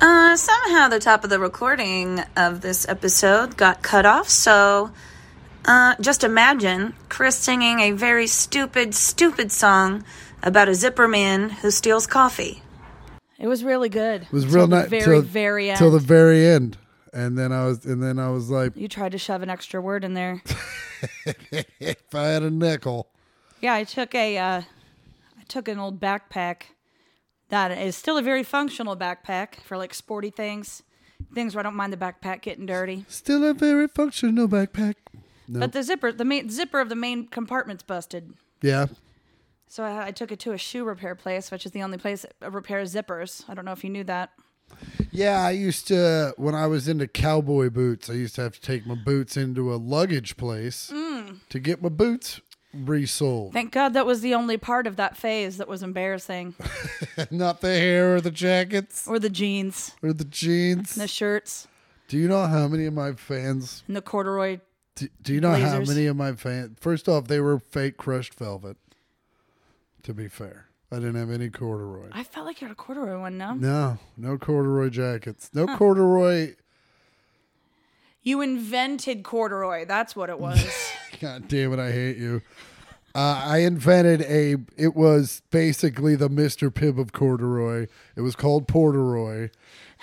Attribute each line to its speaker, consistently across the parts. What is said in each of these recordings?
Speaker 1: Uh, somehow the top of the recording of this episode got cut off, so uh, just imagine Chris singing a very stupid, stupid song about a zipper man who steals coffee.
Speaker 2: It was really good. It
Speaker 3: was real nice
Speaker 2: Very,
Speaker 3: till,
Speaker 2: very end.
Speaker 3: till the very end, and then I was and then I was like,
Speaker 2: you tried to shove an extra word in there.
Speaker 3: if I had a nickel,
Speaker 2: Yeah, I took a, uh, I took an old backpack that is still a very functional backpack for like sporty things, things where I don't mind the backpack getting dirty.
Speaker 3: still a very functional backpack. No,
Speaker 2: But the zipper, the main zipper of the main compartment's busted,
Speaker 3: yeah,
Speaker 2: so I, I took it to a shoe repair place, which is the only place that repairs zippers. I don't know if you knew that.
Speaker 3: yeah. I used to when I was into cowboy boots, I used to have to take my boots into a luggage place
Speaker 2: Mm.
Speaker 3: to get my boots resold,
Speaker 2: Thank God that was the only part of that phase that was embarrassing,
Speaker 3: not the hair or the jackets
Speaker 2: or the jeans,
Speaker 3: or the jeans.
Speaker 2: and the shirts,
Speaker 3: Do you know how many of my fans
Speaker 2: and the corduroy.
Speaker 3: Do, do you know how
Speaker 2: Blazers.
Speaker 3: many of my fans? First off, they were fake crushed velvet. To be fair, I didn't have any corduroy.
Speaker 2: I felt like you had a corduroy one. No,
Speaker 3: No, no corduroy jackets. No corduroy.
Speaker 2: you invented corduroy. That's what it was.
Speaker 3: God damn it! I hate you. Uh, I invented a. It was basically the Mister Pibb of corduroy. It was called Porteroy,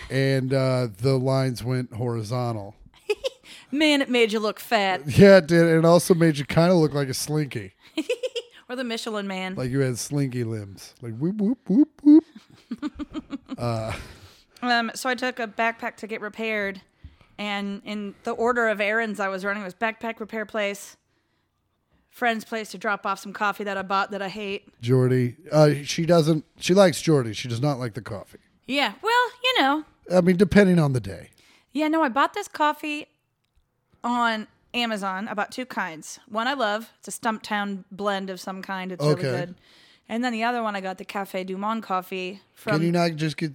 Speaker 3: and uh, the lines went horizontal.
Speaker 2: Man, it made you look fat.
Speaker 3: Yeah, it did. It also made you kind of look like a slinky,
Speaker 2: Or the Michelin man.
Speaker 3: like you had slinky limbs, like whoop whoop whoop whoop.
Speaker 2: Um, so I took a backpack to get repaired, and in the order of errands I was running was backpack repair place, friend's place to drop off some coffee that I bought that I hate.
Speaker 3: Jordy. Uh, she doesn't. She likes Jordy. She does not like the coffee.
Speaker 2: Yeah, well, you know,
Speaker 3: I mean, depending on the day.
Speaker 2: yeah, no, I bought this coffee on Amazon. I bought two kinds. One I love. It's a Stumptown blend of some kind. It's
Speaker 3: Okay.
Speaker 2: really good. And then the other one I got the Cafe Du Monde coffee from
Speaker 3: Can you not just get?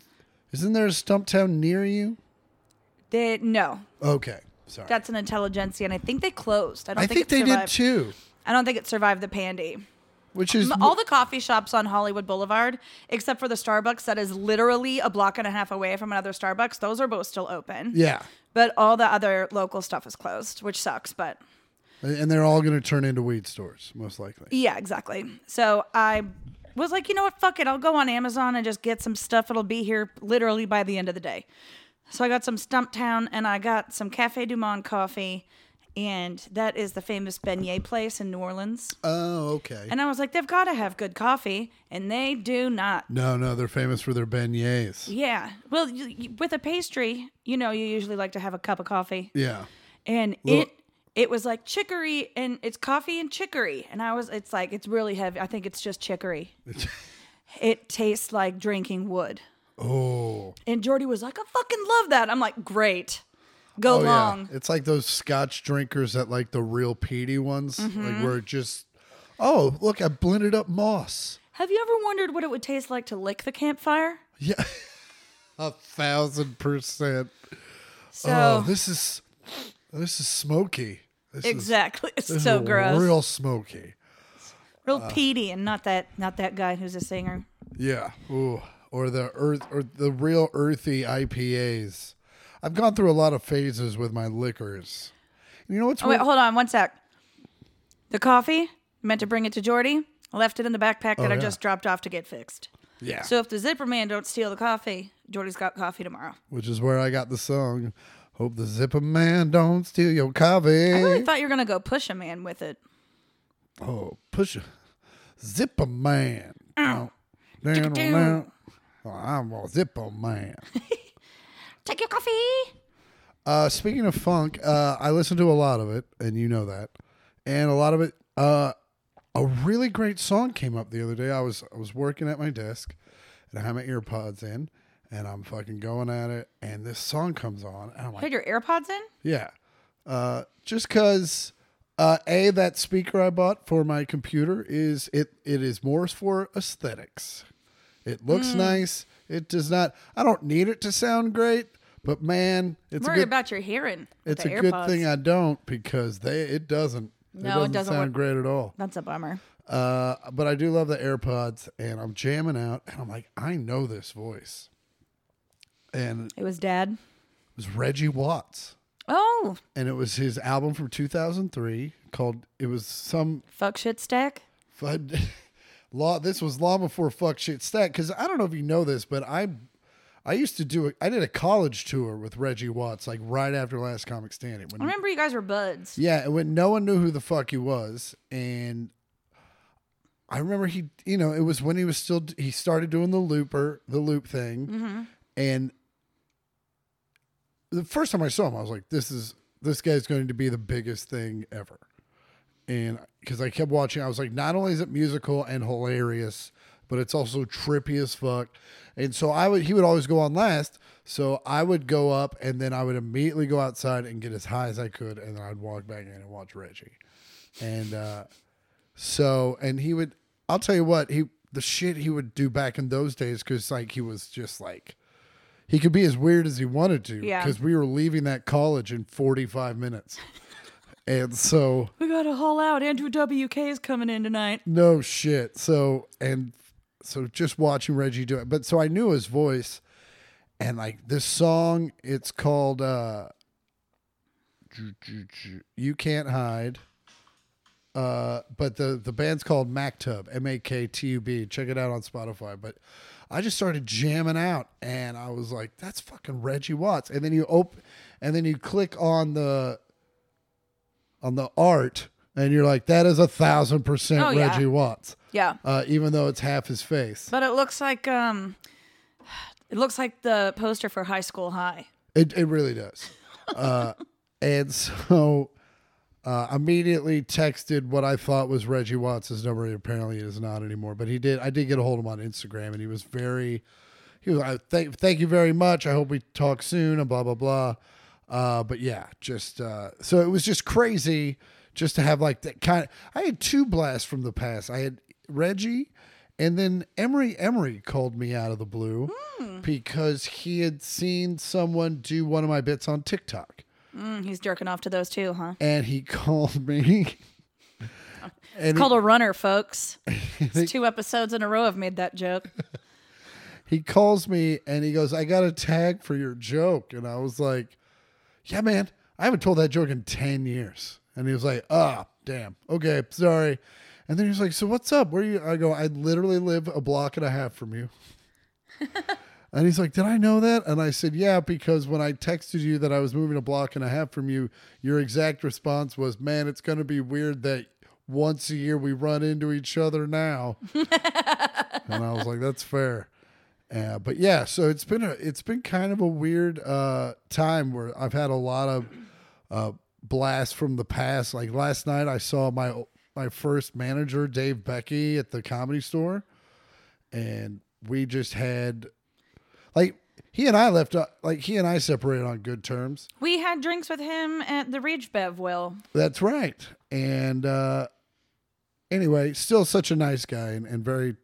Speaker 3: Isn't there a Stumptown near you?
Speaker 2: the no.
Speaker 3: Okay, sorry.
Speaker 2: That's an intelligentsia, and I think they closed. I don't
Speaker 3: I think
Speaker 2: it
Speaker 3: they did
Speaker 2: survived.
Speaker 3: too,
Speaker 2: I don't think it survived the pandy.
Speaker 3: which is
Speaker 2: M- All the coffee shops on Hollywood Boulevard, except for the Starbucks that is literally a block and a half away from another Starbucks, those are both still open.
Speaker 3: yeah,
Speaker 2: But all the other local stuff is closed, which sucks. But
Speaker 3: and they're all going to turn into weed stores most likely.
Speaker 2: yeah, exactly. So I was like, you know what? Fuck it. I'll go on Amazon and just get some stuff. It'll be here literally by the end of the day. So I got some Stumptown and I got some Cafe Du Monde coffee. And that is the famous beignet place in New Orleans.
Speaker 3: Oh, okay.
Speaker 2: And I was like, they've got to have good coffee. And they do not.
Speaker 3: No, no, they're famous for their beignets.
Speaker 2: Yeah. Well, you, you- with a pastry, you know, you usually like to have a cup of coffee,
Speaker 3: Yeah,
Speaker 2: and
Speaker 3: Well-
Speaker 2: it it was like chicory, and it's coffee and chicory, and I was, it's like it's really heavy. I think it's just chicory. it tastes like drinking wood.
Speaker 3: Oh,
Speaker 2: And Jordy was like, I fucking love that. I'm like, great, go
Speaker 3: oh
Speaker 2: long.
Speaker 3: yeah. It's like those Scotch drinkers that like the real peaty ones,
Speaker 2: Mm-hmm.
Speaker 3: like where it just. Oh, look! I blended up moss.
Speaker 2: Have you ever wondered what it would taste like to lick the campfire?
Speaker 3: Yeah. A thousand percent.
Speaker 2: So
Speaker 3: Oh, this is this is smoky. This is-
Speaker 2: exactly, it's
Speaker 3: this is
Speaker 2: so gross, real,
Speaker 3: Real uh, smoky.
Speaker 2: peaty, and not that not that guy who's a singer.
Speaker 3: Yeah. Ooh. Or the earth or the real earthy IPAs. I've gone through a lot of phases with my liquors. You know what's
Speaker 2: Oh, wait,
Speaker 3: weird?
Speaker 2: hold on one sec. The coffee, meant to bring it to Jordy, left it in the backpack that I
Speaker 3: Oh, yeah.
Speaker 2: just dropped off to get fixed.
Speaker 3: yeah.
Speaker 2: So if the zipper man don't steal the coffee, Jordy's got coffee tomorrow.
Speaker 3: Which is where I got the song. Hope the zipper man don't steal your coffee.
Speaker 2: I really thought you were gonna go push a man with it.
Speaker 3: Oh, push it. Zipper man. Ow. Down,
Speaker 2: Chicka-doo.
Speaker 3: down. Oh, I'm a zipper man.
Speaker 2: Take your coffee.
Speaker 3: Uh, speaking of funk, uh, I listen to a lot of it, and you know that. And a lot of it, uh, a really great song came up the other day. I was I was working at my desk, and I had my ear pods in, and I'm fucking going at it, and this song comes on, and I'm like,
Speaker 2: Put your AirPods in.
Speaker 3: yeah, uh, just because. Uh, a that speaker I bought for my computer is it it is more for aesthetics. It looks nice. It does not. I don't need it to sound great, but man, it's a
Speaker 2: Worry
Speaker 3: good,
Speaker 2: about your hearing. with
Speaker 3: it's a
Speaker 2: the
Speaker 3: good
Speaker 2: AirPods.
Speaker 3: thing uh, I don't because they it doesn't.
Speaker 2: No, it
Speaker 3: it doesn't,
Speaker 2: doesn't
Speaker 3: sound
Speaker 2: work.
Speaker 3: great at all.
Speaker 2: That's a bummer.
Speaker 3: Uh, but I do love the AirPods, and I'm jamming out, and I'm like, I know this voice, and it
Speaker 2: It was dad.
Speaker 3: was Reggie Watts,
Speaker 2: Oh,
Speaker 3: and it was his album from 2003 called. It was some
Speaker 2: fuck shit stack.
Speaker 3: Fun. law. This was law before fuck shit stack. Because I don't know if you know this, but I, I used to do. A, I did a college tour with Reggie Watts, like right after Last Comic Standing.
Speaker 2: I
Speaker 3: When
Speaker 2: remember you guys were buds.
Speaker 3: Hmm. yeah, and when no one knew who the fuck he was, and I remember he, you know, it was when he was still he started doing the looper, the loop thing, and the first time I saw him, I was like, this is this guy's going to be the biggest thing ever, and because I kept watching, I was like, not only is it musical and hilarious. But it's also trippy as fuck, and so I would he would always go on last. So I would go up, and then I would immediately go outside and get as high as I could, and then I'd walk back in and watch Reggie, and uh, so, and he would, I'll tell you what, he, the shit he would do back in those days, cause like he was just like, he could be as weird as he wanted to.
Speaker 2: Yeah.
Speaker 3: Cause we were leaving that college in 45 minutes. and so,
Speaker 2: We got to haul out. Andrew WK is coming in tonight.
Speaker 3: no shit. So, and so just watching Reggie do it. But so I knew his voice and like this song, it's called, uh, you can't hide. Uh, but the the band's called MacTub, M A K T U B. Check it out on Spotify. But I just started jamming out, and I was like, "That's fucking Reggie Watts." And then you open, and then you click on the on the art, and you're like, "That is a thousand percent
Speaker 2: Oh, yeah.
Speaker 3: Reggie Watts."
Speaker 2: Yeah.
Speaker 3: Uh, even though it's half his face,
Speaker 2: But it looks like um it looks like the poster for High School High.
Speaker 3: It, it really does. Uh, and so uh, immediately texted what I thought was Reggie Watts' number. Apparently, it is not anymore. But he did. I did get a hold of him on Instagram, and he was very. He was. I thank thank you very much. I hope we talk soon. And blah blah blah. Uh, but yeah, just uh, so it was just crazy, just to have like that kind. Of, I had two blasts from the past. I had Reggie, and then Emery Emery called me out of the blue because he had seen someone do one of my bits on TikTok,
Speaker 2: Mm, he's jerking off to those too, huh?
Speaker 3: and he called me. Hmm.
Speaker 2: It's called a runner, folks. It's two episodes in a row I've made that joke.
Speaker 3: he calls me and he goes, I got a tag for your joke. And I was like, Yeah, man, I haven't told that joke in 10 years. And he was like, Ah, damn. Okay, sorry. And then he was like, So what's up? Where you? I go, I literally live a block and a half from you. and he's like, Did I know that? And I said, Yeah, because when I texted you that I was moving a block and a half from you, your exact response was, Man, it's going to be weird that once a year we run into each other now. and I was like, "That's fair." Uh, but yeah, so it's been a it's been kind of a weird uh, time where I've had a lot of uh, blasts from the past. Like last night, I saw my my first manager, Dave Becky, at the Comedy Store, and we just had like he and I left uh, like he and I separated on good terms.
Speaker 2: We had drinks with him at the Ridge Bev Well.
Speaker 3: That's right. And uh, anyway, still such a nice guy and, and very,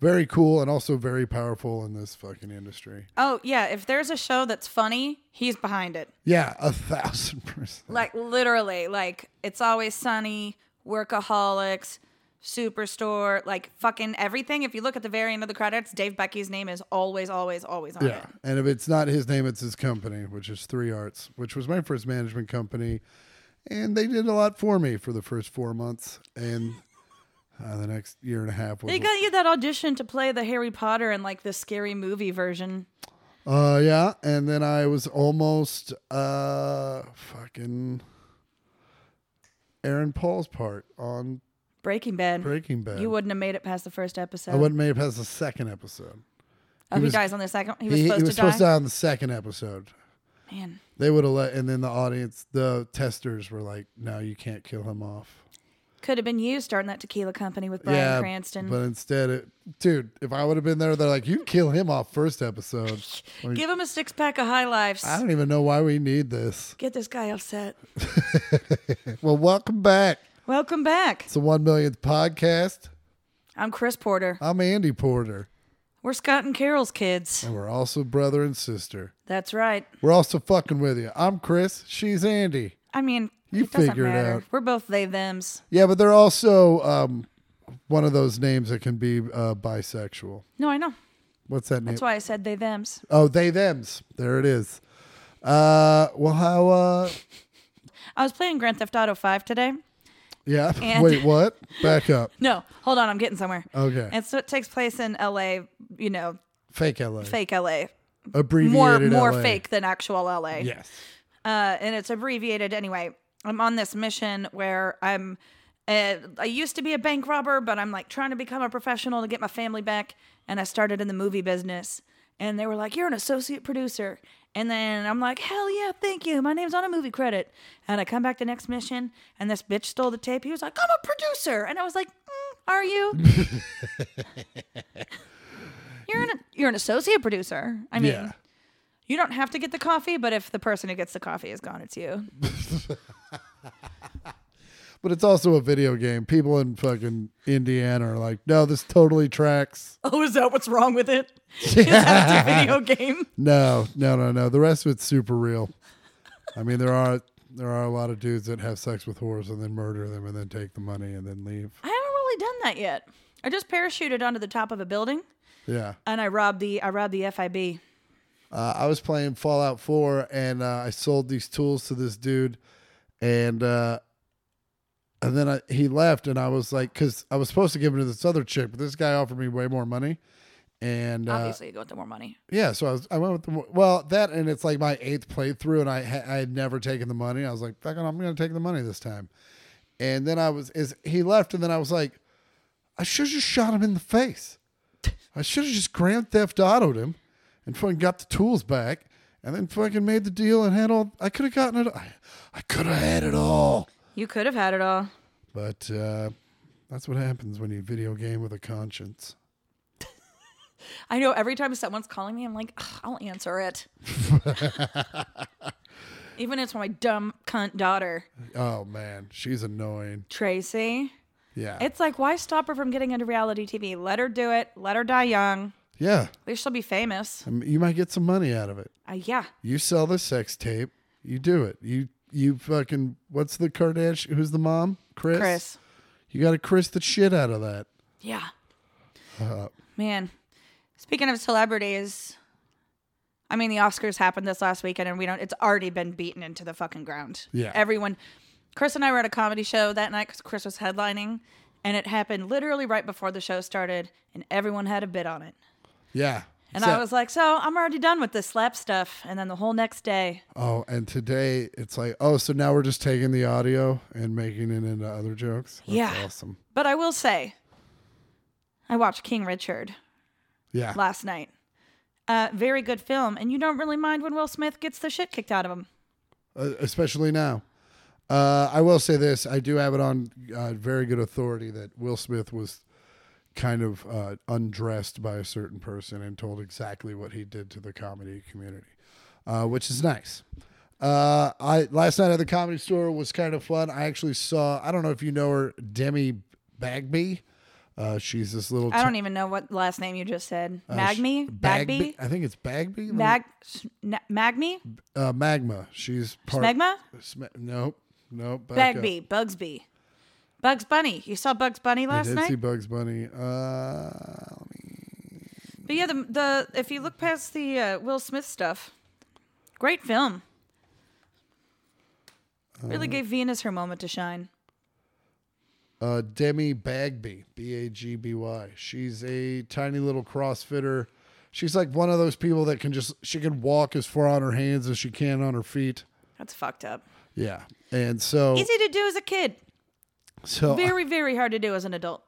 Speaker 3: very cool and also very powerful in this fucking industry.
Speaker 2: Oh yeah, if there's a show that's funny, he's behind it.
Speaker 3: Yeah, a thousand percent.
Speaker 2: Like literally, like it's always sunny, workaholics, superstore, like fucking everything. If you look at the very end of the credits, Dave Becky's name is always, always, always on
Speaker 3: Yeah.
Speaker 2: it.
Speaker 3: And if it's not his name, it's his company, which is Three Arts, which was my first management company. And they did a lot for me for the first four months. And uh, the next year and a half was.
Speaker 2: They got you that audition to play the Harry Potter and like the scary movie version.
Speaker 3: Uh, yeah, and then I was almost uh fucking Aaron Paul's part on
Speaker 2: Breaking Bad.
Speaker 3: Breaking Bad.
Speaker 2: You wouldn't have made it past the first episode.
Speaker 3: I wouldn't made it past the second episode.
Speaker 2: oh,
Speaker 3: he
Speaker 2: he,
Speaker 3: was-
Speaker 2: dies on the second. He
Speaker 3: He
Speaker 2: was
Speaker 3: he
Speaker 2: supposed
Speaker 3: was
Speaker 2: to die.
Speaker 3: supposed to die on the second episode.
Speaker 2: Man,
Speaker 3: They would have let, and then the audience, the testers were like, "No, you can't kill him off."
Speaker 2: could have been you starting that tequila company with Brian
Speaker 3: yeah,
Speaker 2: Cranston.
Speaker 3: but instead, it, dude, if I would have been there, they're like, "You kill him off first episode." Like,
Speaker 2: Give him a six pack of High Lifes.
Speaker 3: I don't even know why we need this.
Speaker 2: Get this guy upset.
Speaker 3: Well, welcome back.
Speaker 2: Welcome back.
Speaker 3: It's the one millionth podcast.
Speaker 2: I'm Chris Porter.
Speaker 3: I'm Andy Porter.
Speaker 2: We're Scott and Carol's kids.
Speaker 3: And we're also brother and sister.
Speaker 2: That's right.
Speaker 3: We're also fucking with you. I'm Chris. She's Andy.
Speaker 2: I mean,
Speaker 3: You
Speaker 2: it doesn't
Speaker 3: figure it
Speaker 2: matter.
Speaker 3: out.
Speaker 2: We're both they them's.
Speaker 3: Yeah, but they're also um, one of those names that can be uh, bisexual.
Speaker 2: No, I know.
Speaker 3: What's that name?
Speaker 2: That's why I said they thems.
Speaker 3: oh, they them's. There it is. Uh, well, how? Uh,
Speaker 2: I was playing Grand Theft Auto 5 today.
Speaker 3: yeah.
Speaker 2: And-
Speaker 3: Wait, what? Back up.
Speaker 2: No, hold on, I'm getting somewhere.
Speaker 3: Okay.
Speaker 2: And so it takes place in LA, you know,
Speaker 3: fake LA.
Speaker 2: fake LA.
Speaker 3: Abbreviated
Speaker 2: More more
Speaker 3: LA.
Speaker 2: fake than actual LA.
Speaker 3: Yes.
Speaker 2: uh, and it's abbreviated anyway. I'm on this mission where I'm. Uh, I used to be a bank robber, but I'm like trying to become a professional to get my family back. And I started in the movie business. And they were like, "You're an associate producer." And then I'm like, "Hell yeah, thank you. My name's on a movie credit." And I come back the next mission, and this bitch stole the tape. He was like, "I'm a producer," and I was like, mm, "Are you?" you're an you're an associate producer. I mean,
Speaker 3: yeah.
Speaker 2: you don't have to get the coffee, but if the person who gets the coffee is gone, it's you.
Speaker 3: But it's also a video game. People in fucking Indiana are like, no, this totally tracks.
Speaker 2: Oh, is that what's wrong with it? Is that a video game?
Speaker 3: No, no, no, no. The rest of it's super real. I mean, there are there are a lot of dudes that have sex with whores and then murder them and then take the money and then leave.
Speaker 2: I haven't really done that yet. I just parachuted onto the top of a building
Speaker 3: Yeah.
Speaker 2: and I robbed the I robbed the FIB.
Speaker 3: Uh, I was playing Fallout 4 and uh, I sold these tools to this dude, and uh, and then I, he left and I was like, because I was supposed to give him to this other chick, but this guy offered me way more money, and uh,
Speaker 2: Obviously, you go with the more money.
Speaker 3: yeah, so I was I went with the mo- well that and it's like my eighth playthrough and I ha- I had never taken the money. I was like, fucking, I'm gonna take the money this time, and then I was is he left and then I was like, I should have just shot him in the face. I should have just Grand Theft Auto'd him and fucking got the tools back and then fucking made the deal and had all. I could have gotten it. I, I could have had it all.
Speaker 2: You could have had it all.
Speaker 3: But uh, that's what happens when you video game with a conscience.
Speaker 2: I know every time someone's calling me, I'm like, "Ugh, I'll answer it. Even if it's my dumb cunt daughter,
Speaker 3: Oh man, she's annoying.
Speaker 2: Tracy.
Speaker 3: Yeah,
Speaker 2: It's like, why stop her from getting into reality TV? Let her do it. Let her die young.
Speaker 3: yeah.
Speaker 2: At least she'll be famous.
Speaker 3: I mean, you might get some money out of it.
Speaker 2: Uh, yeah.
Speaker 3: You sell the sex tape. You do it. You you fucking what's the Kardashian? Who's the mom? Chris.
Speaker 2: Chris.
Speaker 3: You got to Chris the shit out of that.
Speaker 2: Yeah.
Speaker 3: Uh,
Speaker 2: Man, speaking of celebrities, I mean the Oscars happened this last weekend, and we don't. It's already been beaten into the fucking ground.
Speaker 3: Yeah.
Speaker 2: Everyone. Chris and I were at a comedy show that night because Chris was headlining, and it happened literally right before the show started, and everyone had a bid on it.
Speaker 3: Yeah.
Speaker 2: And
Speaker 3: So-
Speaker 2: I was like, "So I'm already done with this slap stuff." And then the whole next day,
Speaker 3: oh, and today it's like, oh, so now we're just taking the audio and making it into other jokes. That's
Speaker 2: Yeah.
Speaker 3: Awesome.
Speaker 2: but I will say, I watched King Richard
Speaker 3: Yeah.
Speaker 2: last night. Uh, very good film, and you don't really mind when Will Smith gets the shit kicked out of him.
Speaker 3: Uh, especially now. Uh, I will say this: I do have it on uh, very good authority that Will Smith was kind of uh, undressed by a certain person and told exactly what he did to the comedy community, uh, which is nice. Uh, I last night at the comedy store was kind of fun. I actually saw I don't know if you know her Demi Bagby. Uh, she's this little
Speaker 2: I don't even know what last name you just said.
Speaker 3: Uh,
Speaker 2: Magme? Bagby?
Speaker 3: I think it's Bagby.
Speaker 2: Mag Sna- Magme?
Speaker 3: uh, Magma. She's part.
Speaker 2: Smegma?
Speaker 3: Sm- nope. Nope. back up.
Speaker 2: Bagby. Bugsby. Bugs Bunny. You saw Bugs Bunny last
Speaker 3: I did
Speaker 2: night?
Speaker 3: see Bugs Bunny. Uh, let me-
Speaker 2: But yeah, the, the if you look past the uh, Will Smith stuff, great film. Really gave Venus her moment to shine.
Speaker 3: uh, Demi Bagby, B A G B Y. She's a tiny little CrossFitter. She's like one of those people that can just she can walk as far on her hands as she can on her feet.
Speaker 2: That's fucked up.
Speaker 3: Yeah, and so
Speaker 2: Easy to do as a kid.
Speaker 3: so
Speaker 2: Very, very hard to do as an adult.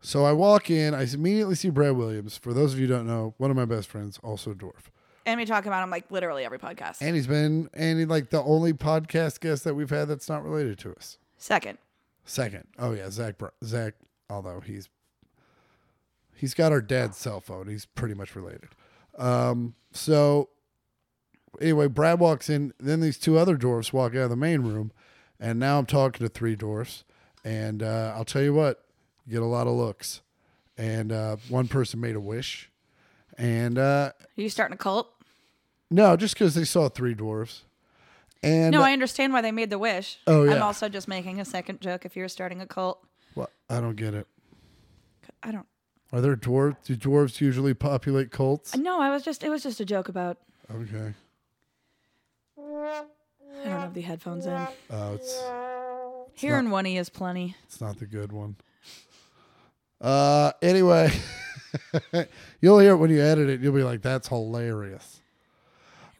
Speaker 3: so I walk in. I immediately see Brad Williams. For those of you who don't know, one of my best friends, also dwarf.
Speaker 2: And we talk about him like literally every podcast.
Speaker 3: And he's been and he like the only podcast guest that we've had that's not related to us.
Speaker 2: Second.
Speaker 3: Second. Oh yeah, Zach. Br- Zach. Although he's he's got our dad's cell phone. He's pretty much related. Um. So anyway, Brad walks in. Then these two other dwarfs walk out of the main room, and now I'm talking to three dwarfs. And uh, I'll tell you what, you get a lot of looks. And uh, one person made a wish, and uh,
Speaker 2: Are you starting a cult?
Speaker 3: no, just because they saw three dwarfs. And
Speaker 2: No, I understand why they made the wish.
Speaker 3: Oh,
Speaker 2: I'm
Speaker 3: yeah.
Speaker 2: also just making a second joke if you're starting a cult.
Speaker 3: Well, I don't get it.
Speaker 2: I don't
Speaker 3: Are there dwarves? Do dwarves usually populate cults?
Speaker 2: No, I was just it was just a joke about
Speaker 3: Okay.
Speaker 2: I don't have the headphones in.
Speaker 3: Oh, it's
Speaker 2: Here in one E is plenty.
Speaker 3: it's not the good one. Uh, anyway, you'll hear it when you edit it. You'll be like, "That's hilarious."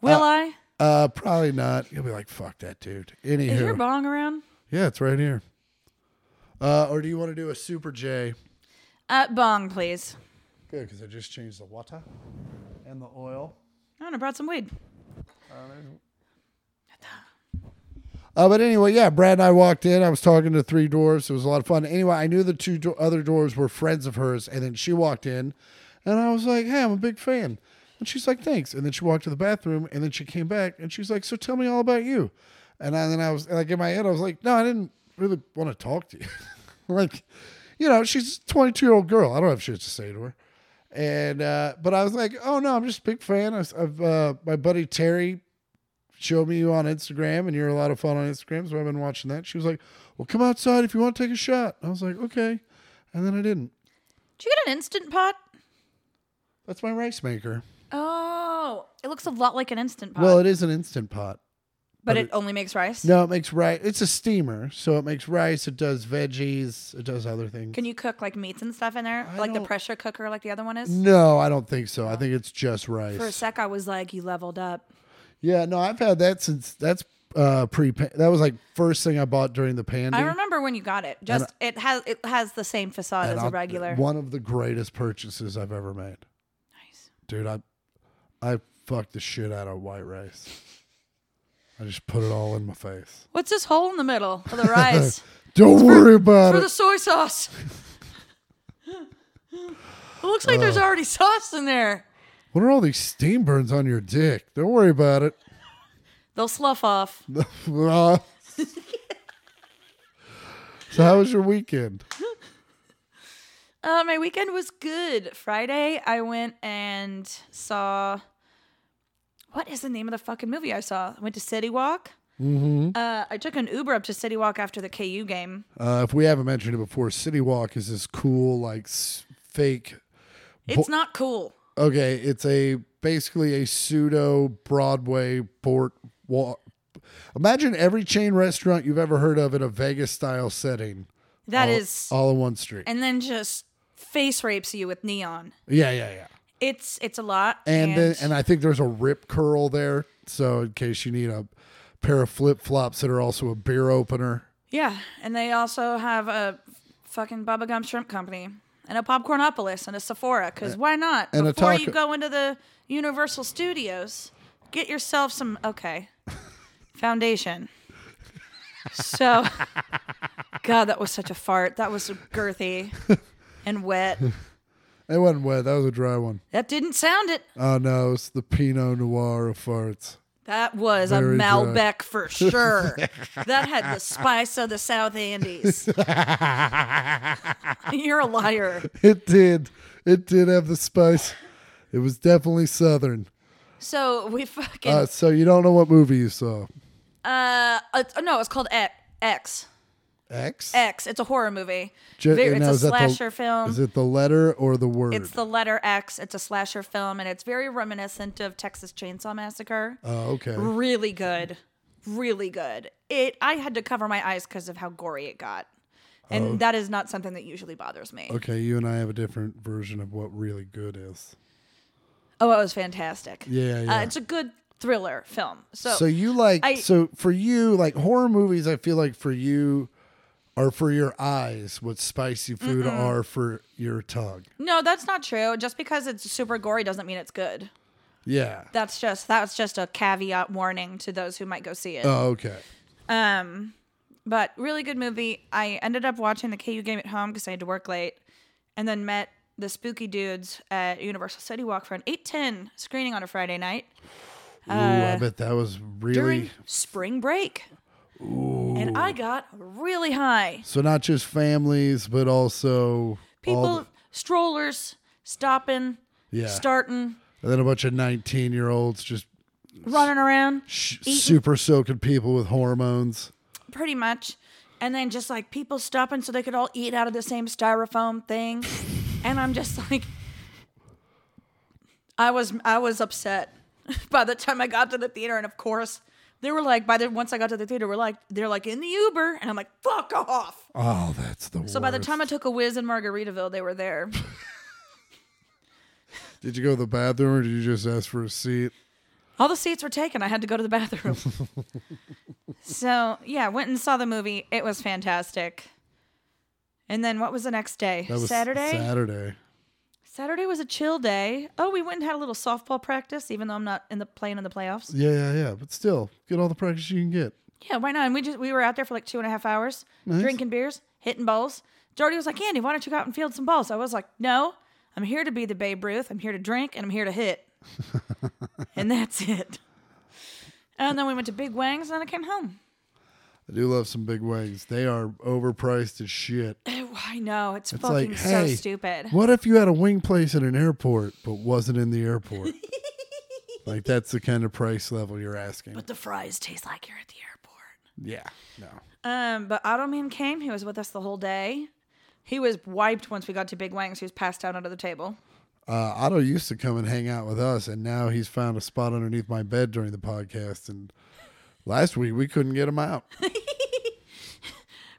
Speaker 2: Will I?
Speaker 3: Uh, probably not. You'll be like, "Fuck that dude."
Speaker 2: Is your
Speaker 3: Anywho,
Speaker 2: bong around?
Speaker 3: yeah, it's right here. Uh, or do you want to do a super J?
Speaker 2: Uh bong, please.
Speaker 3: Good, because I just changed the water and the oil.
Speaker 2: Oh, and I brought some weed.
Speaker 3: Uh, but anyway, yeah, Brad and I walked in. I was talking to three dwarves. It was a lot of fun. Anyway, I knew the two dw- other dwarves were friends of hers, and then she walked in, and I was like, "Hey, I'm a big fan." And she's like, "Thanks." And then she walked to the bathroom, and then she came back, and she's like, "So tell me all about you." And, I, then I was like, in my head, I was like, "No, I didn't really want to talk to you." like, you know, she's a 22 year old girl. I don't have shit to say to her. And uh, but I was like, "Oh no, I'm just a big fan of, of uh, my buddy Terry show me you on Instagram and you're a lot of fun on Instagram. So I've been watching that. She was like, Well, come outside if you want to take a shot. I was like, Okay. And then I didn't.
Speaker 2: Did you get an instant pot?
Speaker 3: That's my rice maker.
Speaker 2: Oh, it looks a lot like an instant pot,
Speaker 3: Well, it is an instant pot.
Speaker 2: but it, only makes rice.
Speaker 3: No, it makes rice. It's a steamer. So it makes rice. It does veggies. It does other things.
Speaker 2: Can you cook like meats and stuff in there,
Speaker 3: I
Speaker 2: like the
Speaker 3: don't-
Speaker 2: pressure cooker, like the other one is?
Speaker 3: no, I don't think so. I think it's just rice.
Speaker 2: For a sec, I was like, you leveled up.
Speaker 3: yeah, no, I've had that since that's uh pre that was like first thing I bought during the pandemic.
Speaker 2: I remember when you got it. Just it has it has the same facade
Speaker 3: And
Speaker 2: as a
Speaker 3: I'll-
Speaker 2: regular.
Speaker 3: One of the greatest purchases I've ever made.
Speaker 2: Nice.
Speaker 3: Dude, I I fucked the shit out of white rice. I just put it all in my face.
Speaker 2: What's this hole in the middle of the rice
Speaker 3: Don't worry about
Speaker 2: for
Speaker 3: it.
Speaker 2: the soy sauce? it looks like there's already sauce in there.
Speaker 3: what are all these steam burns on your dick? Don't worry about it.
Speaker 2: They'll slough off.
Speaker 3: so how was your weekend?
Speaker 2: Uh, my weekend was good. Friday, I went and saw. What is the name of the fucking movie I saw? I went to City Walk. Mm-hmm. Uh, I took an Uber up to City Walk after the KU game.
Speaker 3: Uh, if we haven't mentioned it before, City Walk is this cool like s- fake
Speaker 2: It's not cool.
Speaker 3: Okay, it's a basically a pseudo Broadway port walk. Imagine every chain restaurant you've ever heard of in a Vegas style setting,
Speaker 2: That
Speaker 3: all,
Speaker 2: is,
Speaker 3: all on one street.
Speaker 2: and then just face rapes you with neon.
Speaker 3: yeah, yeah, yeah.
Speaker 2: It's it's a lot.
Speaker 3: And then, and I think there's a rip curl there, so in case you need a pair of flip flops that are also a beer opener.
Speaker 2: yeah, and they also have a fucking Bubba Gum Shrimp Company and a Popcornopolis and a Sephora. Because why not?
Speaker 3: and a
Speaker 2: Before
Speaker 3: taco-
Speaker 2: you go into the Universal Studios, get yourself some okay foundation. So, God, that was such a fart. That was girthy and wet.
Speaker 3: It wasn't wet. That was a dry one.
Speaker 2: That didn't sound it.
Speaker 3: Oh no, it's the Pinot Noir of farts.
Speaker 2: That was
Speaker 3: Very
Speaker 2: a
Speaker 3: dry.
Speaker 2: Malbec for sure. that had the spice of the South Andes. You're a liar.
Speaker 3: It did. It did have the spice. It was definitely southern.
Speaker 2: So we fucking
Speaker 3: Uh,
Speaker 2: uh,
Speaker 3: so you don't know what movie you saw.
Speaker 2: uh, no, it's called X. X.
Speaker 3: X.
Speaker 2: X. It's a horror movie.
Speaker 3: Ju-
Speaker 2: Eh, Very-
Speaker 3: and
Speaker 2: it's
Speaker 3: now
Speaker 2: a
Speaker 3: is that the-
Speaker 2: slasher film.
Speaker 3: Is it the letter or the word?
Speaker 2: it's the letter X. It's a slasher film, and it's very reminiscent of Texas Chainsaw Massacre.
Speaker 3: oh, okay.
Speaker 2: really good really good it i had to cover my eyes because of how gory it got and that is not something that usually bothers me
Speaker 3: Oh. Okay, you and I have a different version of what really good is.
Speaker 2: oh it was fantastic
Speaker 3: Yeah,
Speaker 2: Uh,
Speaker 3: yeah.
Speaker 2: it's a good thriller film so,
Speaker 3: so you like
Speaker 2: I-
Speaker 3: so for you like horror movies. I feel like for you are for your eyes what spicy food are for your tongue.
Speaker 2: no that's not true just because it's super gory doesn't mean it's good
Speaker 3: Yeah.
Speaker 2: that's just that's just a caveat warning to those who might go see it
Speaker 3: Oh, okay.
Speaker 2: Um, but really good movie. I ended up watching the KU game at home because I had to work late, and then met the spooky dudes at Universal City Walk for an eight ten screening on a Friday night
Speaker 3: Ooh, I bet that was really
Speaker 2: Uh, during spring break. And I got really high.
Speaker 3: so not just families but also all
Speaker 2: People,
Speaker 3: the-
Speaker 2: strollers, stopping,
Speaker 3: Yeah.
Speaker 2: starting,
Speaker 3: and then a bunch of nineteen year olds just
Speaker 2: running around,
Speaker 3: sh-
Speaker 2: Eating.
Speaker 3: super soaking people with hormones.
Speaker 2: pretty much. And then just like people stopping so they could all eat out of the same styrofoam thing. and I'm just like, I was I was upset by the time I got to the theater, and of course they were like, by the once I got to the theater, we're like, they're like in the Uber, and I'm like, fuck off.
Speaker 3: Oh, that's the worst.
Speaker 2: So by the time I took a whiz in Margaritaville, they were there.
Speaker 3: did you go to the bathroom or did you just ask for a seat?
Speaker 2: All the seats were taken. I had to go to the bathroom. so yeah, went and saw the movie. It was fantastic. And then what was the next day?
Speaker 3: That was
Speaker 2: Saturday.
Speaker 3: Saturday.
Speaker 2: Saturday was a chill day. Oh, we went and had a little softball practice, even though I'm not in the playing in the playoffs.
Speaker 3: Yeah, yeah, yeah. But still, get all the practice you can get.
Speaker 2: Yeah, why not? And we just we were out there for like two and a half hours,
Speaker 3: Nice.
Speaker 2: drinking beers, hitting balls. Jordy was like, Andy, why don't you go out and field some balls? I was like, No, I'm here to be the Babe Ruth. I'm here to drink and I'm here to hit. and that's it. And then we went to Big Wang's and then I came home.
Speaker 3: I do love some big wings. They are overpriced as shit.
Speaker 2: Ew, I know. It's,
Speaker 3: It's
Speaker 2: fucking
Speaker 3: like, hey,
Speaker 2: so stupid.
Speaker 3: What if you had a wing place at an airport but wasn't in the airport? like that's the kind of price level you're asking.
Speaker 2: But the fries taste like you're at the airport.
Speaker 3: yeah. No.
Speaker 2: Um, but Automan came. He was with us the whole day. He was wiped once we got to Big Wang's. He was passed out under the table.
Speaker 3: Uh, Otto used to come and hang out with us, and now he's found a spot underneath my bed during the podcast. And last week we couldn't get him out.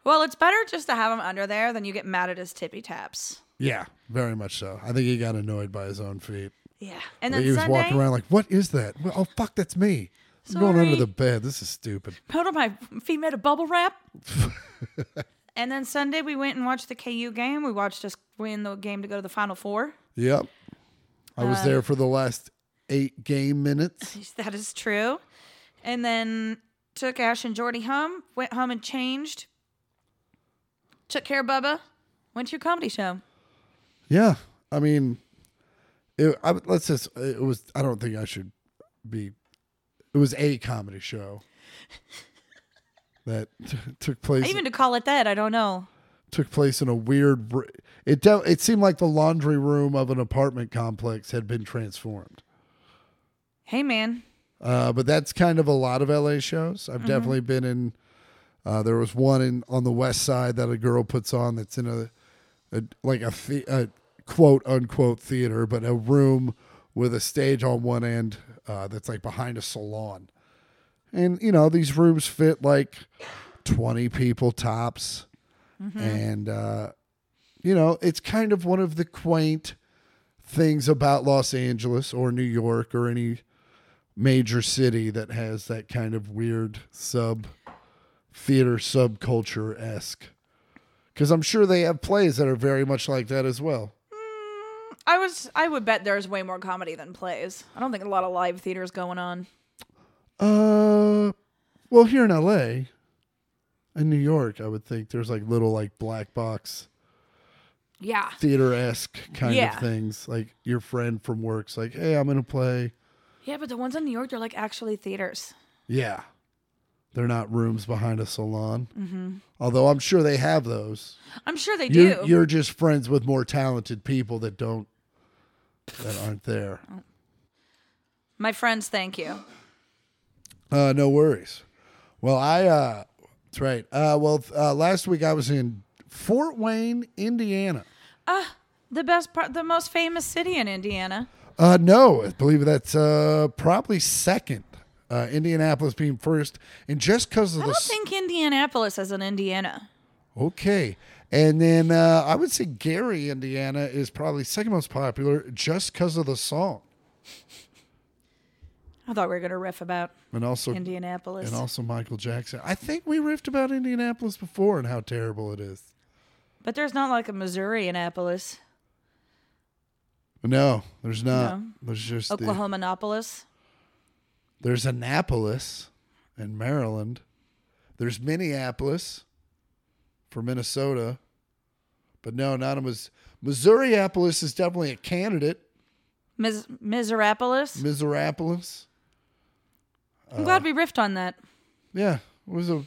Speaker 2: Well, it's better just to have him under there than you get mad at his tippy taps.
Speaker 3: yeah, very much so. I think he got annoyed by his own feet.
Speaker 2: Yeah, and
Speaker 3: Like,
Speaker 2: then
Speaker 3: he was
Speaker 2: Sunday,
Speaker 3: walking around like, "What is that? Well, oh fuck, that's me." I'm going under
Speaker 2: Sorry.
Speaker 3: the bed. This is stupid.
Speaker 2: put on my feet made a bubble wrap. and then Sunday we went and watched the KU game. We watched us win the game to go to the Final Four.
Speaker 3: Yep. I was
Speaker 2: Uh,
Speaker 3: there for the last eight game minutes.
Speaker 2: That is true. And then took Ash and Jordy home. Went home and changed. Took care of Bubba. Went to your comedy show.
Speaker 3: Yeah. I mean, it, I, would- let's just, it was, I don't think I should be, it was a comedy show that t- took place,
Speaker 2: Even to call it that, I don't know.
Speaker 3: took place in a weird, r- it, de- it seemed like the laundry room of an apartment complex had been transformed.
Speaker 2: Hey, man.
Speaker 3: Uh, but that's kind of a lot of LA shows. I've definitely been in. Uh, there was one in on the West Side that a girl puts on that's in a, a like a, the, a quote unquote theater, but a room with a stage on one end uh, that's like behind a salon, and you know these rooms fit like twenty people tops, and uh, you know it's kind of one of the quaint things about Los Angeles or New York or any major city that has that kind of weird sub theater subculture esque. Because I'm sure they have plays that are very much like that as well.
Speaker 2: I was I would bet there's way more comedy than plays. I don't think a lot of live theater's going on.
Speaker 3: Uh, well, here in L.A. In New York, I would think there's like little like black box
Speaker 2: Yeah.
Speaker 3: theater esque kind
Speaker 2: Yeah.
Speaker 3: of things. Like your friend from work's like, "Hey, I'm in a play."
Speaker 2: Yeah, but the ones in New York, they're like actually theaters.
Speaker 3: Yeah, they're not rooms behind a salon. Mm-hmm. Although I'm sure they have those.
Speaker 2: I'm sure they
Speaker 3: you're,
Speaker 2: do.
Speaker 3: you're just friends with more talented people that don't that aren't there
Speaker 2: My friends, thank you.
Speaker 3: uh, no worries well i uh that's right uh well uh, last week i was in fort wayne indiana
Speaker 2: The best part, the most famous city in Indiana.
Speaker 3: uh no i believe that's uh probably second uh indianapolis being first and just because of
Speaker 2: I
Speaker 3: the
Speaker 2: don't think Indianapolis is in Indiana.
Speaker 3: Okay. And then uh, I would say Gary, Indiana is probably second most popular just because of the song.
Speaker 2: I thought we were gonna riff about
Speaker 3: And also,
Speaker 2: Indianapolis.
Speaker 3: and also Michael Jackson. I think we riffed about Indianapolis before and how terrible it is.
Speaker 2: but there's not like a Missouri Annapolis,
Speaker 3: No, there's not.
Speaker 2: No.
Speaker 3: There's just the,
Speaker 2: Oklahoma Annapolis.
Speaker 3: there's Annapolis in Maryland. There's Minneapolis for Minnesota, but no, not a Mis- Missouriapolis is definitely a candidate.
Speaker 2: Mis- Miserapolis.
Speaker 3: Missouriapolis,
Speaker 2: I'm
Speaker 3: uh,
Speaker 2: glad we riffed on that.
Speaker 3: yeah, it was a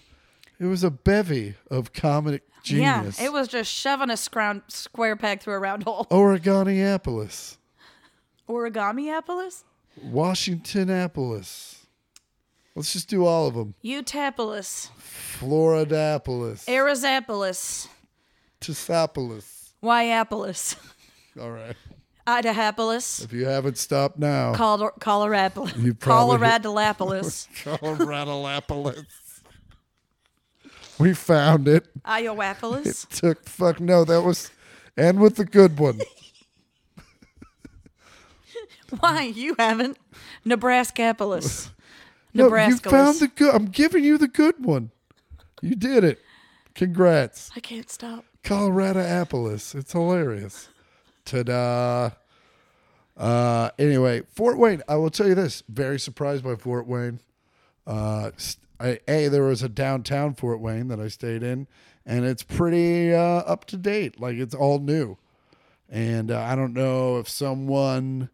Speaker 3: it was a bevy of comic genius.
Speaker 2: Yeah, it was just shoving a scroun- square peg through a round hole.
Speaker 3: Oregoniapolis,
Speaker 2: Origamiopolis?
Speaker 3: Washingtonapolis. Let's just do all of them.
Speaker 2: Utapolis.
Speaker 3: Floridapolis.
Speaker 2: Arizapolis.
Speaker 3: Tisopolis.
Speaker 2: Wyapolis.
Speaker 3: All right.
Speaker 2: Idahopolis,
Speaker 3: If you haven't stopped now,
Speaker 2: Col- Colorado,
Speaker 3: You probably-
Speaker 2: Coloradolapolis,
Speaker 3: Coloradopolis. we found it.
Speaker 2: Iowapolis.
Speaker 3: Took fuck no, that was and with the good one.
Speaker 2: Why you haven't? Nebraskapolis,
Speaker 3: No, you
Speaker 2: Nebraskapolis.
Speaker 3: found the good. I'm giving you the good one. You did it. Congrats,
Speaker 2: I can't stop.
Speaker 3: Coloradopolis. It's hilarious. Ta-da. Uh, anyway, Fort Wayne. I will tell you this. Very surprised by Fort Wayne. Uh, st- I, a there was a downtown Fort Wayne that I stayed in, and it's pretty uh, up to date. Like it's all new, and uh, I don't know if someone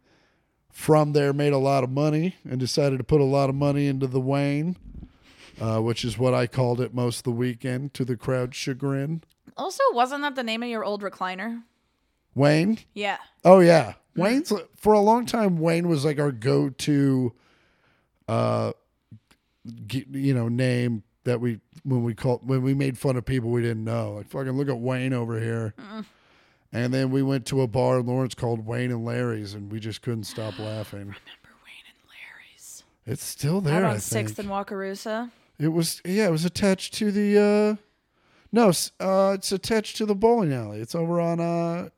Speaker 3: from there made a lot of money and decided to put a lot of money into the Wayne, uh, which is what I called it most of the weekend to the crowd's chagrin.
Speaker 2: Also, wasn't that the name of your old recliner?
Speaker 3: Wayne.
Speaker 2: Yeah.
Speaker 3: Oh yeah, Wayne's for a long time. Wayne was like our go-to, uh, g- you know, name that we when we called when we made fun of people we didn't know. Like fucking look at Wayne over here.
Speaker 2: Mm.
Speaker 3: And then we went to a bar in Lawrence called Wayne and Larry's, and we just couldn't stop laughing.
Speaker 2: Remember Wayne and Larry's?
Speaker 3: It's still there.
Speaker 2: Out on
Speaker 3: I think.
Speaker 2: Sixth and Wakarusa.
Speaker 3: It was yeah, it was attached to the uh no, s- uh it's attached to the bowling alley. It's over on uh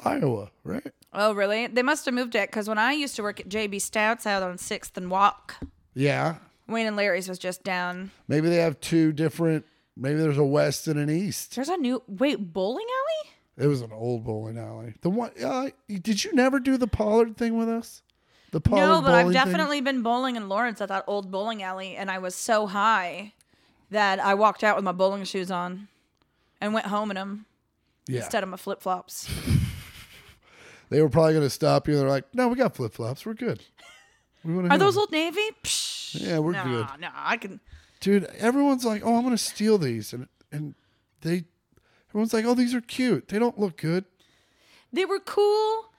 Speaker 3: Iowa, right?
Speaker 2: Oh, really? They must have moved it because when I used to work at JB Stouts out on Sixth and Walk,
Speaker 3: Yeah.
Speaker 2: Wayne and Larry's was just down.
Speaker 3: Maybe they have two different maybe there's a west and an east.
Speaker 2: There's a new wait bowling alley.
Speaker 3: It was an old bowling alley. The one uh did you never do the Pollard thing with us? The Pollard
Speaker 2: no, but I've
Speaker 3: bowling thing?
Speaker 2: definitely been bowling in Lawrence at that old bowling alley, and I was so high that I walked out with my bowling shoes on and went home in them
Speaker 3: yeah.
Speaker 2: instead of my flip flops.
Speaker 3: They were probably gonna stop you. They're like, No, we got flip flops, we're good. We wanna
Speaker 2: Are
Speaker 3: have
Speaker 2: those
Speaker 3: them."
Speaker 2: Old Navy? Psh,
Speaker 3: Yeah, we're
Speaker 2: nah,
Speaker 3: good.
Speaker 2: Nah, I can.
Speaker 3: dude everyone's like oh i'm gonna steal these and and they everyone's like oh these are cute they don't look good
Speaker 2: They were cool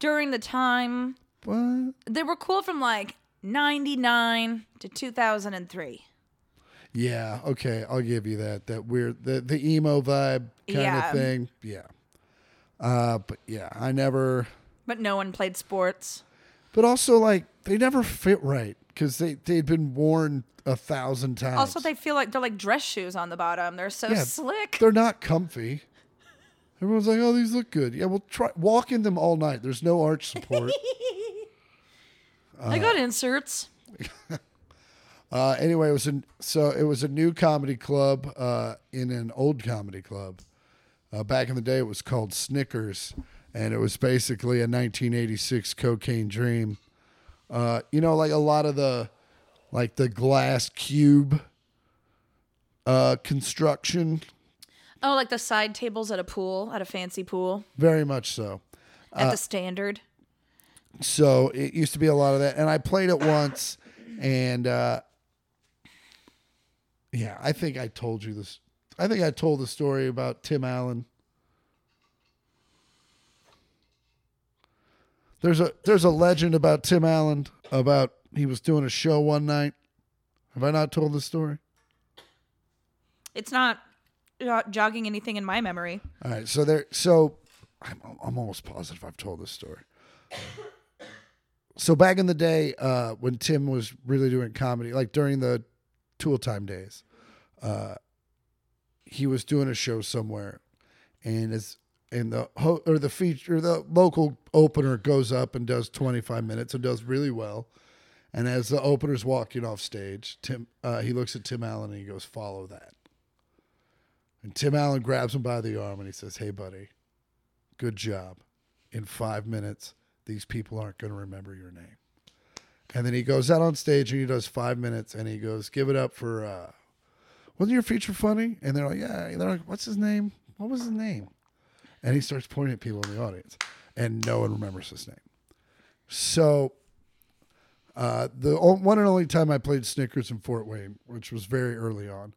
Speaker 2: during the time.
Speaker 3: what
Speaker 2: They were cool from like '99 to 2003.
Speaker 3: yeah okay i'll give you that that weird the, the emo vibe kind
Speaker 2: Yeah.
Speaker 3: of thing yeah uh but yeah i never
Speaker 2: but no one played sports.
Speaker 3: but also like they never fit right because they they'd been worn a thousand times
Speaker 2: Also, they feel like they're like dress shoes on the bottom. They're so
Speaker 3: Yeah,
Speaker 2: slick.
Speaker 3: they're not comfy everyone's like oh these look good yeah well try walk in them all night there's no arch support
Speaker 2: I got inserts.
Speaker 3: Uh, anyway, it was an, so it was a new comedy club uh, in an old comedy club. Uh, back in the day, it was called Snickers, and it was basically a 1986 cocaine dream. Uh, you know, like a lot of the like the glass cube uh, construction,
Speaker 2: Oh, like the side tables at a pool, at a fancy pool,
Speaker 3: very much so. Uh,
Speaker 2: at the standard.
Speaker 3: So it used to be a lot of that, and I played it once, and uh, yeah, I think I told you this. I think I told the story about Tim Allen. There's a there's a legend about Tim Allen about he was doing a show one night. Have I not told this story?
Speaker 2: It's not uh, jogging anything in my memory.
Speaker 3: All right, so there. So I'm, I'm almost positive I've told this story. So back in the day, uh, when Tim was really doing comedy, like during the Tool Time days, uh, he was doing a show somewhere, and it's and the ho- or the feature the local opener goes up and does 25 minutes and does really well. And as the opener's walking off stage, Tim uh, he looks at Tim Allen and he goes, "Follow that." And Tim Allen grabs him by the arm and he says, Hey, buddy, good job. In five minutes, these people aren't going to remember your name. And then he goes out on stage and he does five minutes and he goes, Give it up for, uh, wasn't your feature funny? And they're like, Yeah. And they're like, What's his name? What was his name? And he starts pointing at people in the audience and no one remembers his name. So uh, the o- one and only time I played Snickers in Fort Wayne, which was very early on,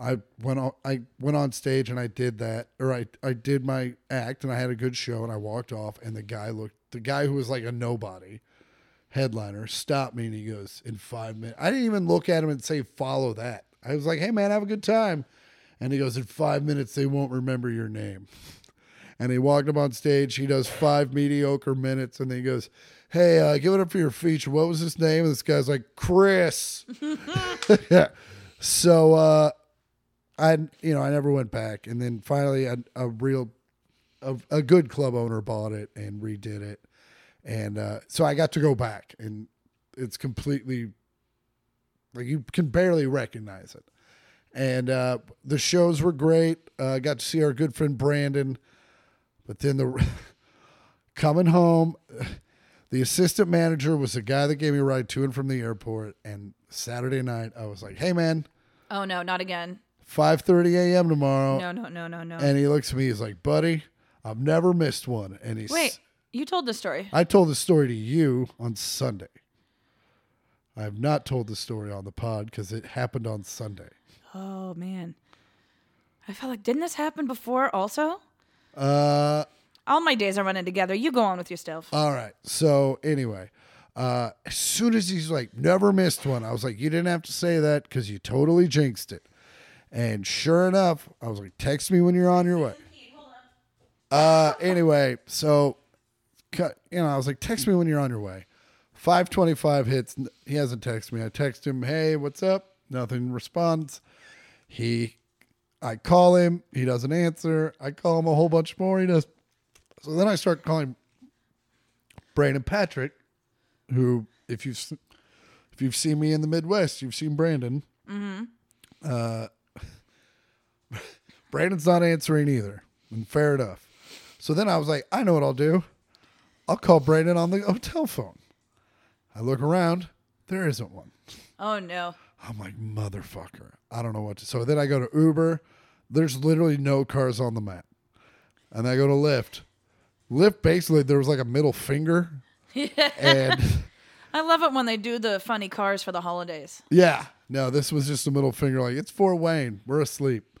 Speaker 3: I went on I went on stage and I did that, or I I did my act and I had a good show and I walked off and the guy looked the guy who was like a nobody headliner stopped me and he goes in five minutes I didn't even look at him and say follow that I was like hey man have a good time and he goes in five minutes they won't remember your name and he walked him on stage. He does five mediocre minutes, and then he goes, "Hey, uh, give it up for your feature. What was his name?" And this guy's like, "Chris." yeah. So uh, I, you know, I never went back, and then finally, a, a real, a, a good club owner bought it and redid it, and uh, so I got to go back, and it's completely like you can barely recognize it. And uh, the shows were great. Uh, I got to see our good friend Brandon, but then the coming home, the assistant manager was the guy that gave me a ride to and from the airport. And Saturday night, I was like, "Hey, man,
Speaker 2: Oh no, not again.
Speaker 3: 5:30 a.m. tomorrow."
Speaker 2: No, no, no, no, no.
Speaker 3: Oh. And he looks at me. He's like, "Buddy, I've never missed one." And he's
Speaker 2: Wait, you told the story.
Speaker 3: I told the story to you on Sunday. I have not told the story on the pod because it happened on Sunday.
Speaker 2: Oh man. I felt like didn't this happen before also?
Speaker 3: Uh,
Speaker 2: All my days are running together. You go on with your stuff.
Speaker 3: all right. So anyway, uh, as soon as he's like, never missed one, I was like, you didn't have to say that because you totally jinxed it. And sure enough, I was like, text me when you're on your way. Uh, anyway, so cut. You know, I was like, text me when you're on your way. Five twenty-five hits. n- He hasn't texted me. I text him, hey, what's up? Nothing responds. He, I call him. He doesn't answer. I call him a whole bunch more. He does. So then I start calling Brandon Patrick, who, if you've s- if you've seen me in the Midwest, you've seen Brandon. Mm-hmm. Uh, Brandon's not answering either, and fair enough. So then I was like, I know what I'll do. I'll call Brandon on the hotel phone. I look around, there isn't one.
Speaker 2: Oh no.
Speaker 3: I'm like, motherfucker, I don't know what to. So then I go to Uber. There's literally no cars on the map. And I go to Lyft. Lyft basically there was like a middle finger. and
Speaker 2: I love it when they do the funny cars for the holidays.
Speaker 3: yeah, no, this was just a middle finger. Like it's Fort Wayne, we're asleep.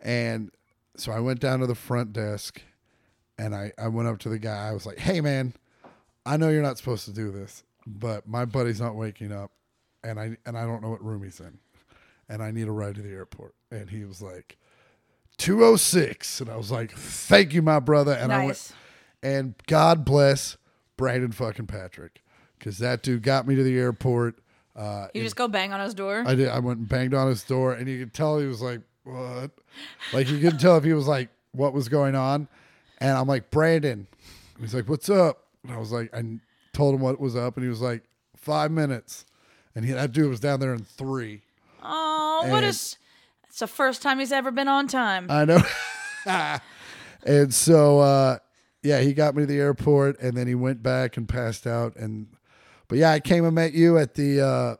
Speaker 3: And so I went down to the front desk, and I I went up to the guy. I was like, hey man, I know you're not supposed to do this, but my buddy's not waking up, and I and I don't know what room he's in, and I need a ride to the airport. And he was like, 206, and I was like, thank you, my brother. And
Speaker 2: Nice.
Speaker 3: I went, and God bless Brandon fucking Patrick, because that dude got me to the airport. Uh,
Speaker 2: You just go bang on his door.
Speaker 3: I did. I went and banged on his door, and you could tell he was like, "What?" Like you could tell if he was like, "What was going on?" And I'm like, "Brandon," he's like, "What's up?" And I was like, I told him what was up, and he was like, five minutes," and he, that dude was down there in three.
Speaker 2: Oh, what
Speaker 3: And-
Speaker 2: is? It's the first time he's ever been on time.
Speaker 3: I know. and so, uh, yeah, he got me to the airport, and then he went back and passed out. And but yeah, I came and met you at the uh,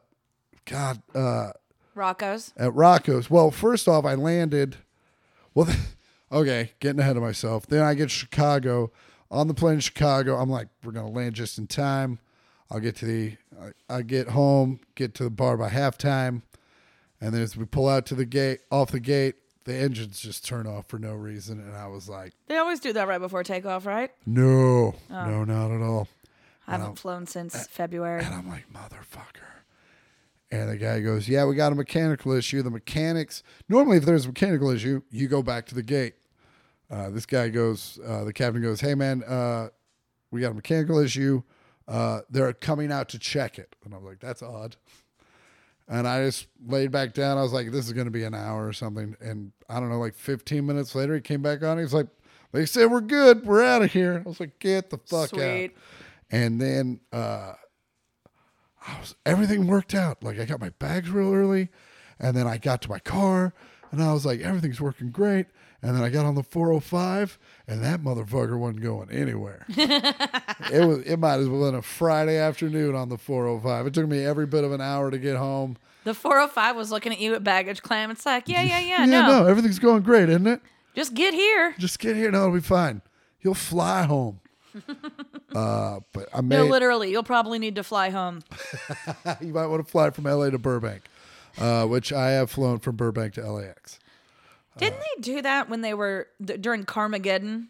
Speaker 3: God. Uh,
Speaker 2: Rocco's.
Speaker 3: at Rocco's. Well, first off, I landed. Well, okay, getting ahead of myself. Then I get to Chicago. On the plane to Chicago, I'm like, we're gonna land just in time. I'll get to the, I, I get home, get to the bar by halftime, and then as we pull out to the gate, off the gate, the engines just turn off for no reason, and I was like,
Speaker 2: They always do that right before takeoff, right?
Speaker 3: no, no, not at all.
Speaker 2: I haven't flown since February.
Speaker 3: And I'm like, motherfucker. And the guy goes, Yeah, we got a mechanical issue. The mechanics, normally, if there's a mechanical issue, you go back to the gate. Uh, this guy goes, uh, the captain goes, Hey, man, uh, we got a mechanical issue. Uh, they're coming out to check it. And I'm like, That's odd. And I just laid back down. I was like, This is going to be an hour or something. And I don't know, like 15 minutes later, he came back on. He's like, They said we're good. We're out of here. I was like, Get the fuck out.
Speaker 2: Sweet.
Speaker 3: And then uh, I was everything worked out. Like I got my bags real early, and then I got to my car, and I was like, everything's working great. And then I got on the 405, and that motherfucker wasn't going anywhere. it was. It might as well have been a Friday afternoon on the 405. It took me every bit of an hour to get home.
Speaker 2: The 405 was looking at you at baggage claim. It's like, yeah, yeah, yeah,
Speaker 3: yeah,
Speaker 2: no,
Speaker 3: no, everything's going great, isn't it?
Speaker 2: just get here.
Speaker 3: Just get here, and it'll be fine. You'll fly home. uh, but I made.
Speaker 2: No, literally, you'll probably need to fly home.
Speaker 3: you might want to fly from LA to Burbank, uh, which I have flown from Burbank to LAX.
Speaker 2: Didn't they do that when they were th- during Carmageddon?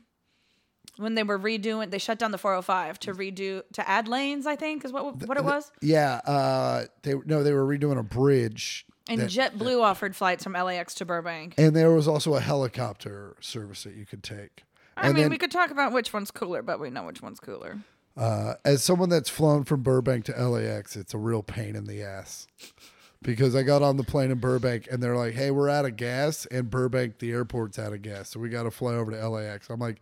Speaker 2: When they were redoing, they shut down the 405 to redo to add lanes. I think is what what it was.
Speaker 3: Yeah, uh, they no, they were redoing a bridge,
Speaker 2: And JetBlue offered flights from LAX to Burbank.
Speaker 3: and there was also a helicopter service that you could take.
Speaker 2: I
Speaker 3: And
Speaker 2: mean,
Speaker 3: then-
Speaker 2: we could talk about which one's cooler, but we know which one's cooler.
Speaker 3: Uh, as someone that's flown from Burbank to LAX, it's a real pain in the ass because I got on the plane in Burbank and they're like, "Hey, we're out of gas," and Burbank, the airport's out of gas, so we got to fly over to LAX. I'm like,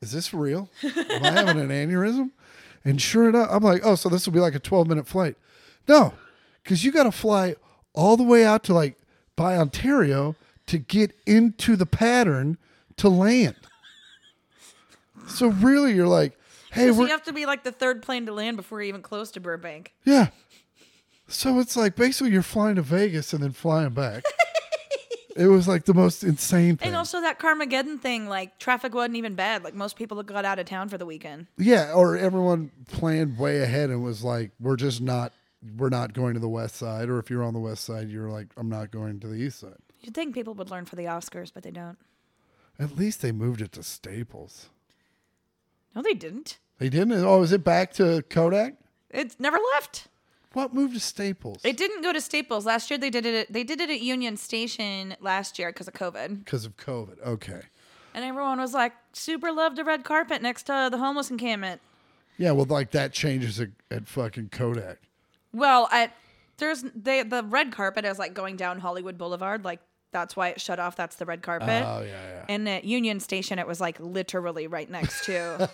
Speaker 3: "Is this real? Am I having an aneurysm?" And sure enough, I'm like, "Oh, so this will be like a 12 minute flight?" No, because you got to fly all the way out to like by Ontario to get into the pattern to land. So really, you're like, "Hey,
Speaker 2: So
Speaker 3: we're
Speaker 2: you have to be like the third plane to land before you're even close to Burbank.
Speaker 3: yeah. So it's like basically you're flying to Vegas and then flying back. it was like the most insane thing.
Speaker 2: And also that Carmageddon thing, like traffic wasn't even bad. Like most people got out of town for the weekend.
Speaker 3: yeah, or everyone planned way ahead and was like, we're just not, we're not going to the west side. Or if you're on the west side, you're like, I'm not going to the east side.
Speaker 2: You'd think people would learn for the Oscars, but they don't.
Speaker 3: At least they moved it to Staples.
Speaker 2: No, they didn't.
Speaker 3: They didn't. Oh, is it back to Kodak?
Speaker 2: It's never left.
Speaker 3: What moved to Staples?
Speaker 2: It didn't go to Staples last year. They did it. At, they did it at Union Station last year because of COVID,
Speaker 3: Because of COVID. Okay.
Speaker 2: and everyone was like, "Super loved the red carpet next to the homeless encampment."
Speaker 3: Yeah, well, like that changes at, at fucking Kodak.
Speaker 2: Well, at there's they the red carpet is like going down Hollywood Boulevard. Like that's why it shut off. That's the red carpet.
Speaker 3: Oh, yeah, yeah.
Speaker 2: and at Union Station, it was like literally right next to.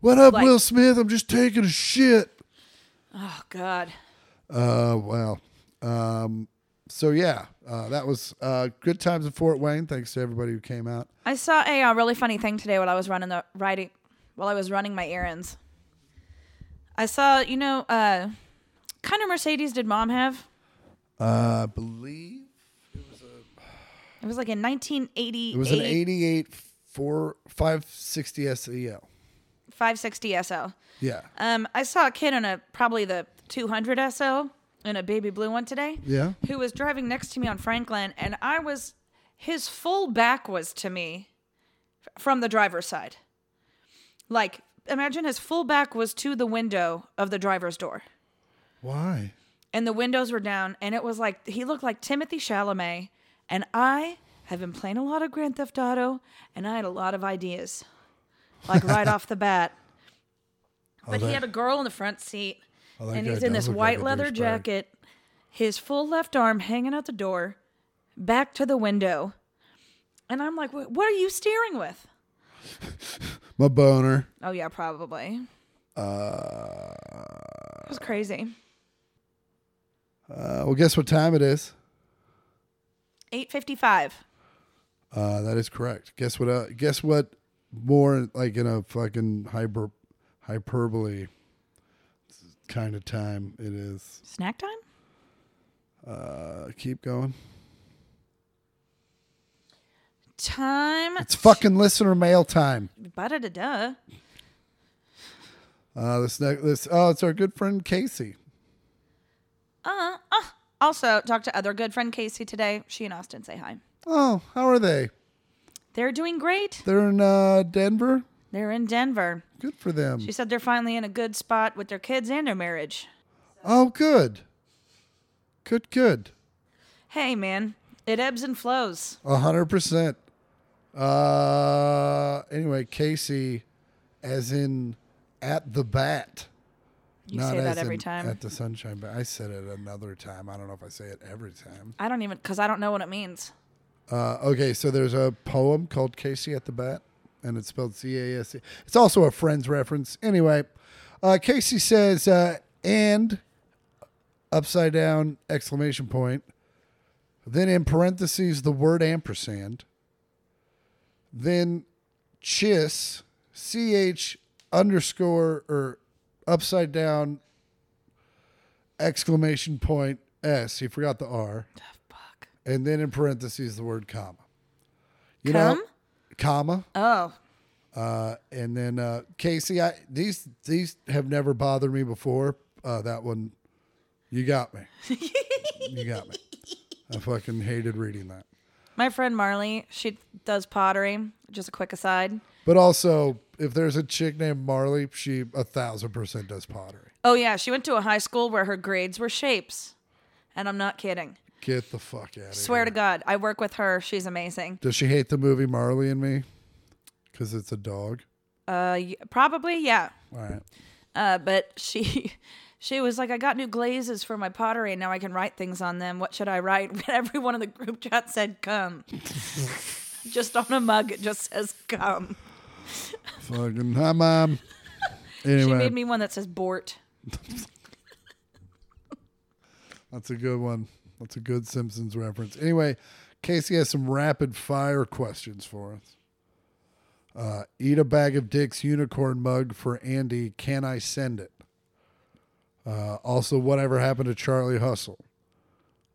Speaker 3: What up,
Speaker 2: Like-
Speaker 3: Will Smith? I'm just taking a shit.
Speaker 2: oh God.
Speaker 3: Uh, well, um, so yeah, uh, that was uh, good times in Fort Wayne. Thanks to everybody who came out.
Speaker 2: I saw a uh, really funny thing today while I was running the riding while I was running my errands. I saw, you know, uh kind of Mercedes did mom have?
Speaker 3: Uh, I believe
Speaker 2: It was like in 1988
Speaker 3: it was an 88 four 560 SEL.
Speaker 2: 560 SL.
Speaker 3: E Yeah,
Speaker 2: Um I saw a kid in a probably the 200 SL in a baby blue one today.
Speaker 3: yeah.
Speaker 2: Who was driving next to me on Franklin and I was his full back was to me f- from the driver's side. Like imagine his full back was to the window of the driver's door.
Speaker 3: Why?
Speaker 2: and the windows were down, and it was like he looked like Timothy Chalamet. And I have been playing a lot of Grand Theft Auto, and I had a lot of ideas, like right off the bat. But he
Speaker 3: Oh, that-
Speaker 2: had a girl in the front seat,
Speaker 3: Oh, that
Speaker 2: and
Speaker 3: guy
Speaker 2: he's in
Speaker 3: does
Speaker 2: this
Speaker 3: look
Speaker 2: white
Speaker 3: like a
Speaker 2: leather
Speaker 3: douchebag.
Speaker 2: jacket, his full left arm hanging out the door, back to the window. And I'm like, "Wh- what are you steering with?
Speaker 3: My boner.
Speaker 2: Oh, yeah, probably.
Speaker 3: Uh,
Speaker 2: It was crazy.
Speaker 3: uh, well, guess what time it is?
Speaker 2: 8.55.
Speaker 3: Uh, that is correct. Guess what? Uh, guess what? More like in a fucking hyper hyperbole kind of time it is.
Speaker 2: Snack time?
Speaker 3: Uh, keep going.
Speaker 2: Time.
Speaker 3: It's fucking listener mail time.
Speaker 2: Ba-da-da-da.
Speaker 3: Uh, this next, this oh, it's our good friend Casey.
Speaker 2: Uh, uh. Also, talked to other good friend Casey today. She and Austin say hi.
Speaker 3: Oh, how are they?
Speaker 2: They're doing great.
Speaker 3: They're in uh, Denver.
Speaker 2: They're in Denver.
Speaker 3: Good for them.
Speaker 2: She said they're finally in a good spot with their kids and their marriage.
Speaker 3: oh, good. Good, good.
Speaker 2: Hey, man, it ebbs and flows.
Speaker 3: A hundred percent. Uh, anyway, Casey, as in at the bat.
Speaker 2: You say that
Speaker 3: as
Speaker 2: every
Speaker 3: in
Speaker 2: time.
Speaker 3: At the sunshine bat. I said it another time. I don't know if I say it every time.
Speaker 2: I don't even, because I don't know what it means.
Speaker 3: Uh, okay, so there's a poem called Casey at the Bat, and it's spelled C A S E. It's also a friend's reference. Anyway, uh, Casey says, uh, and upside down exclamation point, then in parentheses, the word ampersand, then chis, C H underscore or upside down exclamation point S. He forgot the R
Speaker 2: Fuck.
Speaker 3: and then in parentheses the word comma. You
Speaker 2: Come?
Speaker 3: comma,
Speaker 2: Oh,
Speaker 3: uh, and then uh, Casey. I these these have never bothered me before. Uh, that one, you got me. you got me. I fucking hated reading that.
Speaker 2: my friend Marley, she does pottery. Just a quick aside.
Speaker 3: But also, if there's a chick named Marley, she a thousand percent does pottery.
Speaker 2: Oh, yeah, she went to a high school where her grades were shapes. And I'm not kidding.
Speaker 3: Get the fuck out of here.
Speaker 2: Swear to God, I work with her. She's amazing.
Speaker 3: Does she hate the movie Marley and Me? because it's a dog?
Speaker 2: Uh, y- probably yeah.
Speaker 3: All right.
Speaker 2: Uh, but she she was like, I got new glazes for my pottery, and now I can write things on them. What should I write? Everyone in the group chat said "come." just on a mug, it just says "come."
Speaker 3: Fucking hi, mom. Anyway,
Speaker 2: She made me one that says "bort."
Speaker 3: That's a good one. That's a good Simpsons reference. Anyway, Casey has some rapid fire questions for us. Uh, eat a bag of dicks unicorn mug for Andy. Can I send it? Uh, also, whatever happened to Charlie Hustle?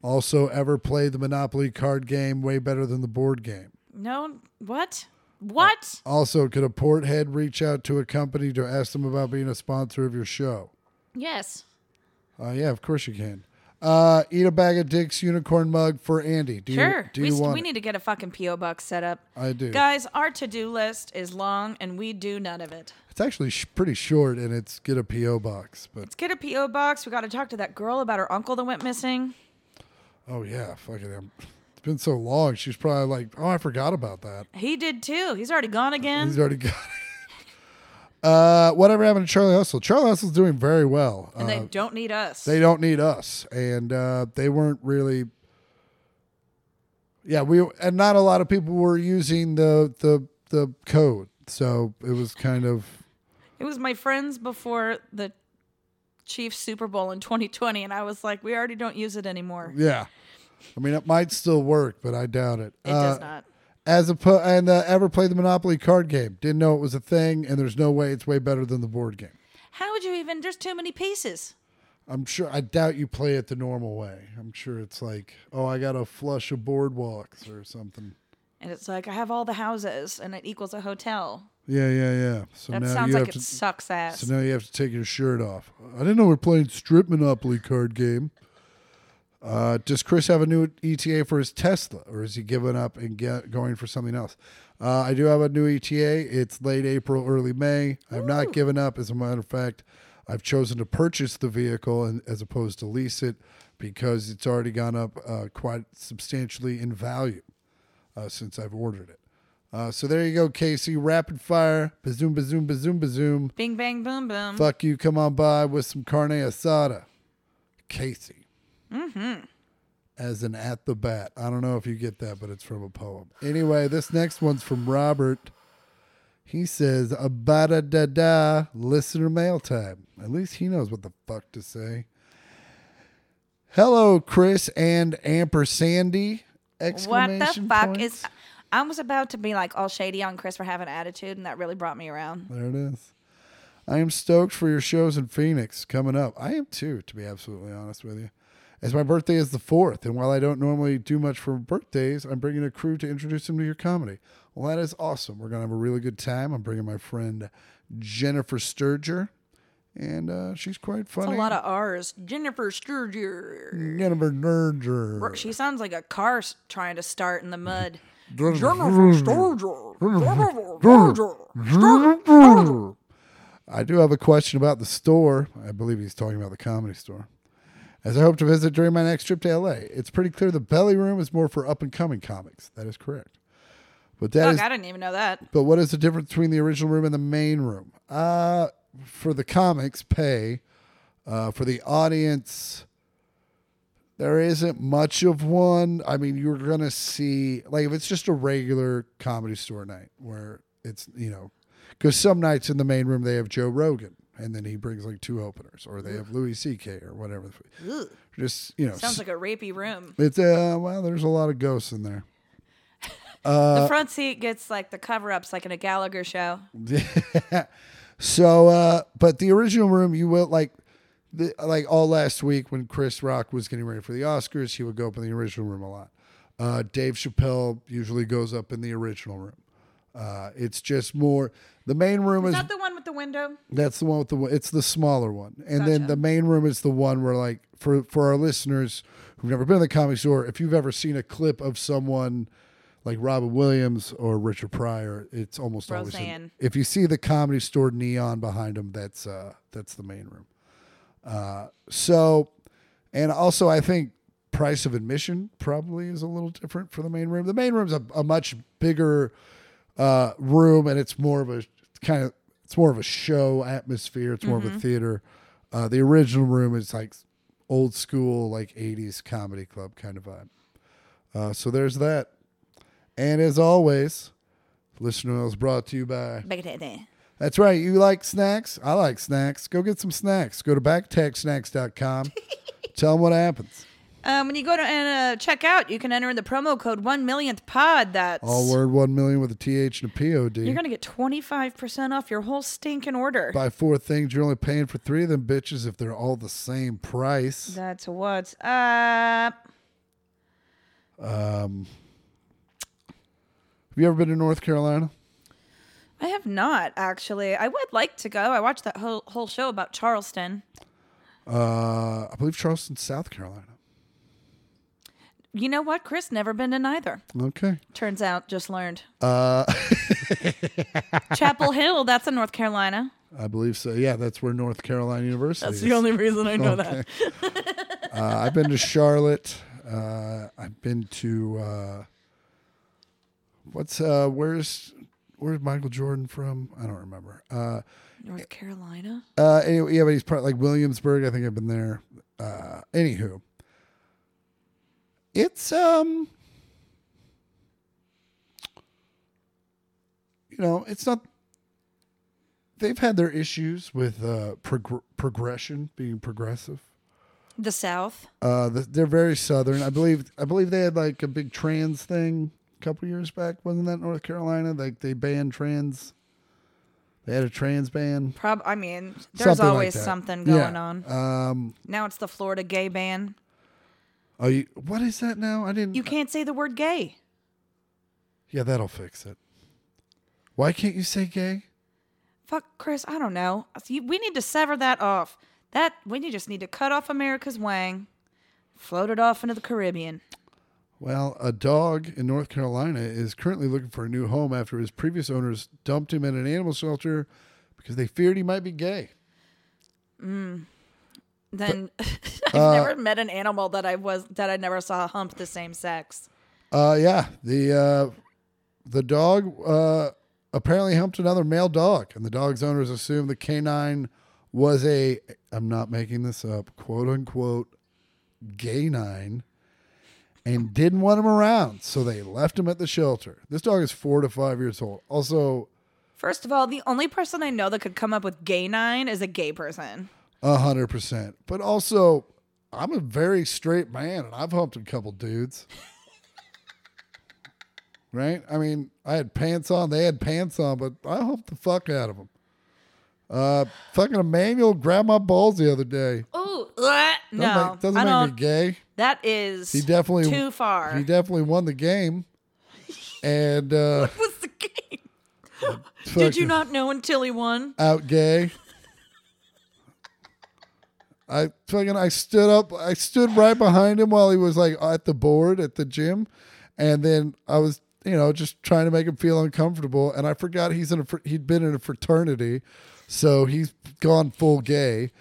Speaker 3: Also, ever played the Monopoly card game way better than the board game?
Speaker 2: No, what? What?
Speaker 3: Also, could a port head reach out to a company to ask them about being a sponsor of your show?
Speaker 2: Yes.
Speaker 3: Uh, yeah, of course you can. Uh, eat a bag of dicks unicorn mug for Andy. Do
Speaker 2: Sure.
Speaker 3: You, do
Speaker 2: we
Speaker 3: you
Speaker 2: s-
Speaker 3: want?
Speaker 2: we
Speaker 3: it?
Speaker 2: need to get a fucking PO box set up.
Speaker 3: I do.
Speaker 2: Guys, our to-do list is long, and we do none of it.
Speaker 3: It's actually sh- pretty short, and it's get a PO box. But
Speaker 2: Let's get a PO box. We got to talk to that girl about her uncle that went missing.
Speaker 3: oh yeah, fucking him. It's been so long. She's probably like, oh, I forgot about that.
Speaker 2: He did too. He's already gone again.
Speaker 3: He's already got. it. Uh, whatever happened to Charlie Hustle? Charlie Hustle's doing very well.
Speaker 2: and
Speaker 3: Uh,
Speaker 2: they don't need us.
Speaker 3: they don't need us, and uh, they weren't really. Yeah, we and not a lot of people were using the the the code, so it was kind of
Speaker 2: it was my friends before the Chiefs Super Bowl in 2020, and I was like, we already don't use it anymore.
Speaker 3: Yeah. I mean, it might still work, but I doubt it. Uh,
Speaker 2: It does not.
Speaker 3: As a po- and uh, ever played the Monopoly card game? Didn't know it was a thing, and there's no way it's way better than the board game.
Speaker 2: How would you even? There's too many pieces.
Speaker 3: I'm sure. I doubt you play it the normal way. I'm sure it's like, oh, I gotta flush a boardwalks or something.
Speaker 2: And it's like, I have all the houses, and it equals a hotel.
Speaker 3: Yeah, yeah, yeah. So
Speaker 2: That
Speaker 3: now
Speaker 2: sounds
Speaker 3: you
Speaker 2: like
Speaker 3: have
Speaker 2: it
Speaker 3: to.
Speaker 2: sucks ass.
Speaker 3: So now you have to take your shirt off. I didn't know we are playing strip Monopoly card game. Uh, does Chris have a new ETA for his Tesla, or is he giving up and get, going for something else? Uh, I do have a new ETA. It's late April, early May. I've not given up. As a matter of fact, I've chosen to purchase the vehicle and, as opposed to lease it because it's already gone up uh, quite substantially in value uh, since I've ordered it. Uh, so there you go, Casey. Rapid fire. Bazoom, bazoom, bazoom, bazoom.
Speaker 2: Bing, bang, boom, boom.
Speaker 3: Fuck you, come on by with some carne asada. Casey. Mm-hmm. As an at the bat. I don't know if you get that, but it's from a poem. Anyway, this next one's from Robert. He says, Abada da da, listener mail time. At least he knows what the fuck to say. Hello, Chris and Ampersandy.
Speaker 2: What
Speaker 3: Exclamation
Speaker 2: the fuck
Speaker 3: points.
Speaker 2: is. I was about to be like all shady on Chris for having attitude, and that really brought me around.
Speaker 3: There it is. I am stoked for your shows in Phoenix coming up. I am too, to be absolutely honest with you. As my birthday is the 4th, and while I don't normally do much for birthdays, I'm bringing a crew to introduce them to your comedy. Well, that is awesome. We're going to have a really good time. I'm bringing my friend Jennifer Sturger, and uh, she's quite
Speaker 2: It's a
Speaker 3: funny.
Speaker 2: lot of R's. Jennifer Sturger.
Speaker 3: Jennifer Nerger.
Speaker 2: Bro, She sounds like a car s- trying to start in the mud.
Speaker 3: I do have a question about the store. I believe he's talking about the comedy store. As I hope to visit during my next trip to LA, it's pretty clear the belly room is more for up and coming comics. That is correct. But that
Speaker 2: Fuck,
Speaker 3: is
Speaker 2: I didn't even know that.
Speaker 3: but what is the difference between the original room and the main room? Uh, for the comics, pay. Uh, for the audience, there isn't much of one. I mean, you're gonna see like if it's just a regular comedy store night where it's you know, because some nights in the main room they have Joe Rogan and then he brings like two openers, or they have Louis C.K. or whatever. Just you know,
Speaker 2: Sounds like a rapey room.
Speaker 3: it's uh, well, there's a lot of ghosts in there. Uh,
Speaker 2: the front seat gets like the cover ups, like in a Gallagher show.
Speaker 3: So, uh, but the original room, you will like, the, like all last week when Chris Rock was getting ready for the Oscars, he would go up in the original room a lot. Uh, Dave Chappelle usually goes up in the original room. Uh, it's just more. The main room
Speaker 2: Is
Speaker 3: is
Speaker 2: that the one with the window?
Speaker 3: that's the one with the it's the smaller one, and then the main room is the one where like for for our listeners who've never been to the comedy store, if you've ever seen a clip of someone like Robin Williams or Richard Pryor, it's almost always in-
Speaker 2: Roseanne.
Speaker 3: if you see the comedy store neon behind them, that's uh that's the main room. Uh, so, and also I think price of admission probably is a little different for the main room. The main room's a, a much bigger uh, room, and it's more of a kind of it's more of a show atmosphere. It's more of
Speaker 2: Mm-hmm.
Speaker 3: a theater. Uh, the original room is like old school, like '80s comedy club kind of vibe. Uh, so there's that. And as always, listener mail is brought to you by. That's right. You like snacks? I like snacks. Go get some snacks. Go to backtechsnacks.com. Tell them what happens.
Speaker 2: Um, when you go to and uh, check out, you can enter in the promo code one millionth pod. That's
Speaker 3: All word 1 million with a TH and a POD.
Speaker 2: you're gonna get twenty five percent off your whole stinking order.
Speaker 3: Buy four things. You're only paying for three of them bitches if they're all the same price.
Speaker 2: That's what's up.
Speaker 3: Have you ever been to North Carolina?
Speaker 2: I have not actually. I would like to go. I watched that whole whole show about Charleston.
Speaker 3: Uh, I believe Charleston, South Carolina.
Speaker 2: You know what, Chris? Never been to neither.
Speaker 3: Okay.
Speaker 2: Turns out, just learned. Uh. Chapel Hill. That's in North Carolina.
Speaker 3: I believe so. Yeah, that's where North Carolina University
Speaker 2: That's
Speaker 3: is.
Speaker 2: the only reason I know that.
Speaker 3: Uh, I've been to Charlotte. Uh, I've been to uh, what's uh, where's where's Michael Jordan from? I don't remember. Uh,
Speaker 2: North Carolina.
Speaker 3: uh, anyway, yeah, but he's part like Williamsburg. I think I've been there. Uh, anywho, it's um, you know, it's not. They've had their issues with uh, prog- progression being progressive.
Speaker 2: The South.
Speaker 3: Uh, th- they're very southern. I believe. I believe they had like a big trans thing a couple years back. Wasn't that North Carolina? Like they banned trans. They had a trans ban.
Speaker 2: Prob. I mean, there's
Speaker 3: Something like
Speaker 2: always
Speaker 3: that.
Speaker 2: something
Speaker 3: Yeah.
Speaker 2: going on.
Speaker 3: Um.
Speaker 2: Now it's the Florida gay ban.
Speaker 3: Oh, you, what is that now? I didn't.
Speaker 2: You can't say the word gay.
Speaker 3: yeah, that'll fix it. Why can't you say gay?
Speaker 2: Fuck, Chris. I don't know. You- We need to sever that off. That we need- just need to cut off America's wang, float it off into the Caribbean.
Speaker 3: Well, a dog in North Carolina is currently looking for a new home after his previous owners dumped him in an animal shelter because they feared he might be gay.
Speaker 2: Then I've
Speaker 3: uh,
Speaker 2: never met an animal that I was that I never saw hump the same sex.
Speaker 3: Uh, yeah, the uh, the dog uh, apparently humped another male dog, and the dog's owners assumed the canine was a I'm not making this up, quote unquote, gay nine, and didn't want him around, so they left him at the shelter. This dog is four to five years old. Also,
Speaker 2: First of all, the only person I know that could come up with gay nine is a gay person.
Speaker 3: a hundred percent, but also. I'm a very straight man, and I've humped a couple dudes. right? I mean, I had pants on. They had pants on, but I humped the fuck out of them. Uh, fucking Emmanuel grabbed my balls the other day.
Speaker 2: Ooh, bleh, Oh,
Speaker 3: Doesn't
Speaker 2: no,
Speaker 3: make, doesn't
Speaker 2: I
Speaker 3: make
Speaker 2: don't.
Speaker 3: me gay.
Speaker 2: that is
Speaker 3: He definitely
Speaker 2: too far.
Speaker 3: He definitely won the game. And uh,
Speaker 2: What's the game? Did you
Speaker 3: fucking
Speaker 2: not know until he won?
Speaker 3: out gay. I fucking I stood up. I stood right behind him while he was like at the board at the gym, and then I was you know just trying to make him feel uncomfortable. And I forgot he's in a fr- he'd been in a fraternity, so he's gone full gay,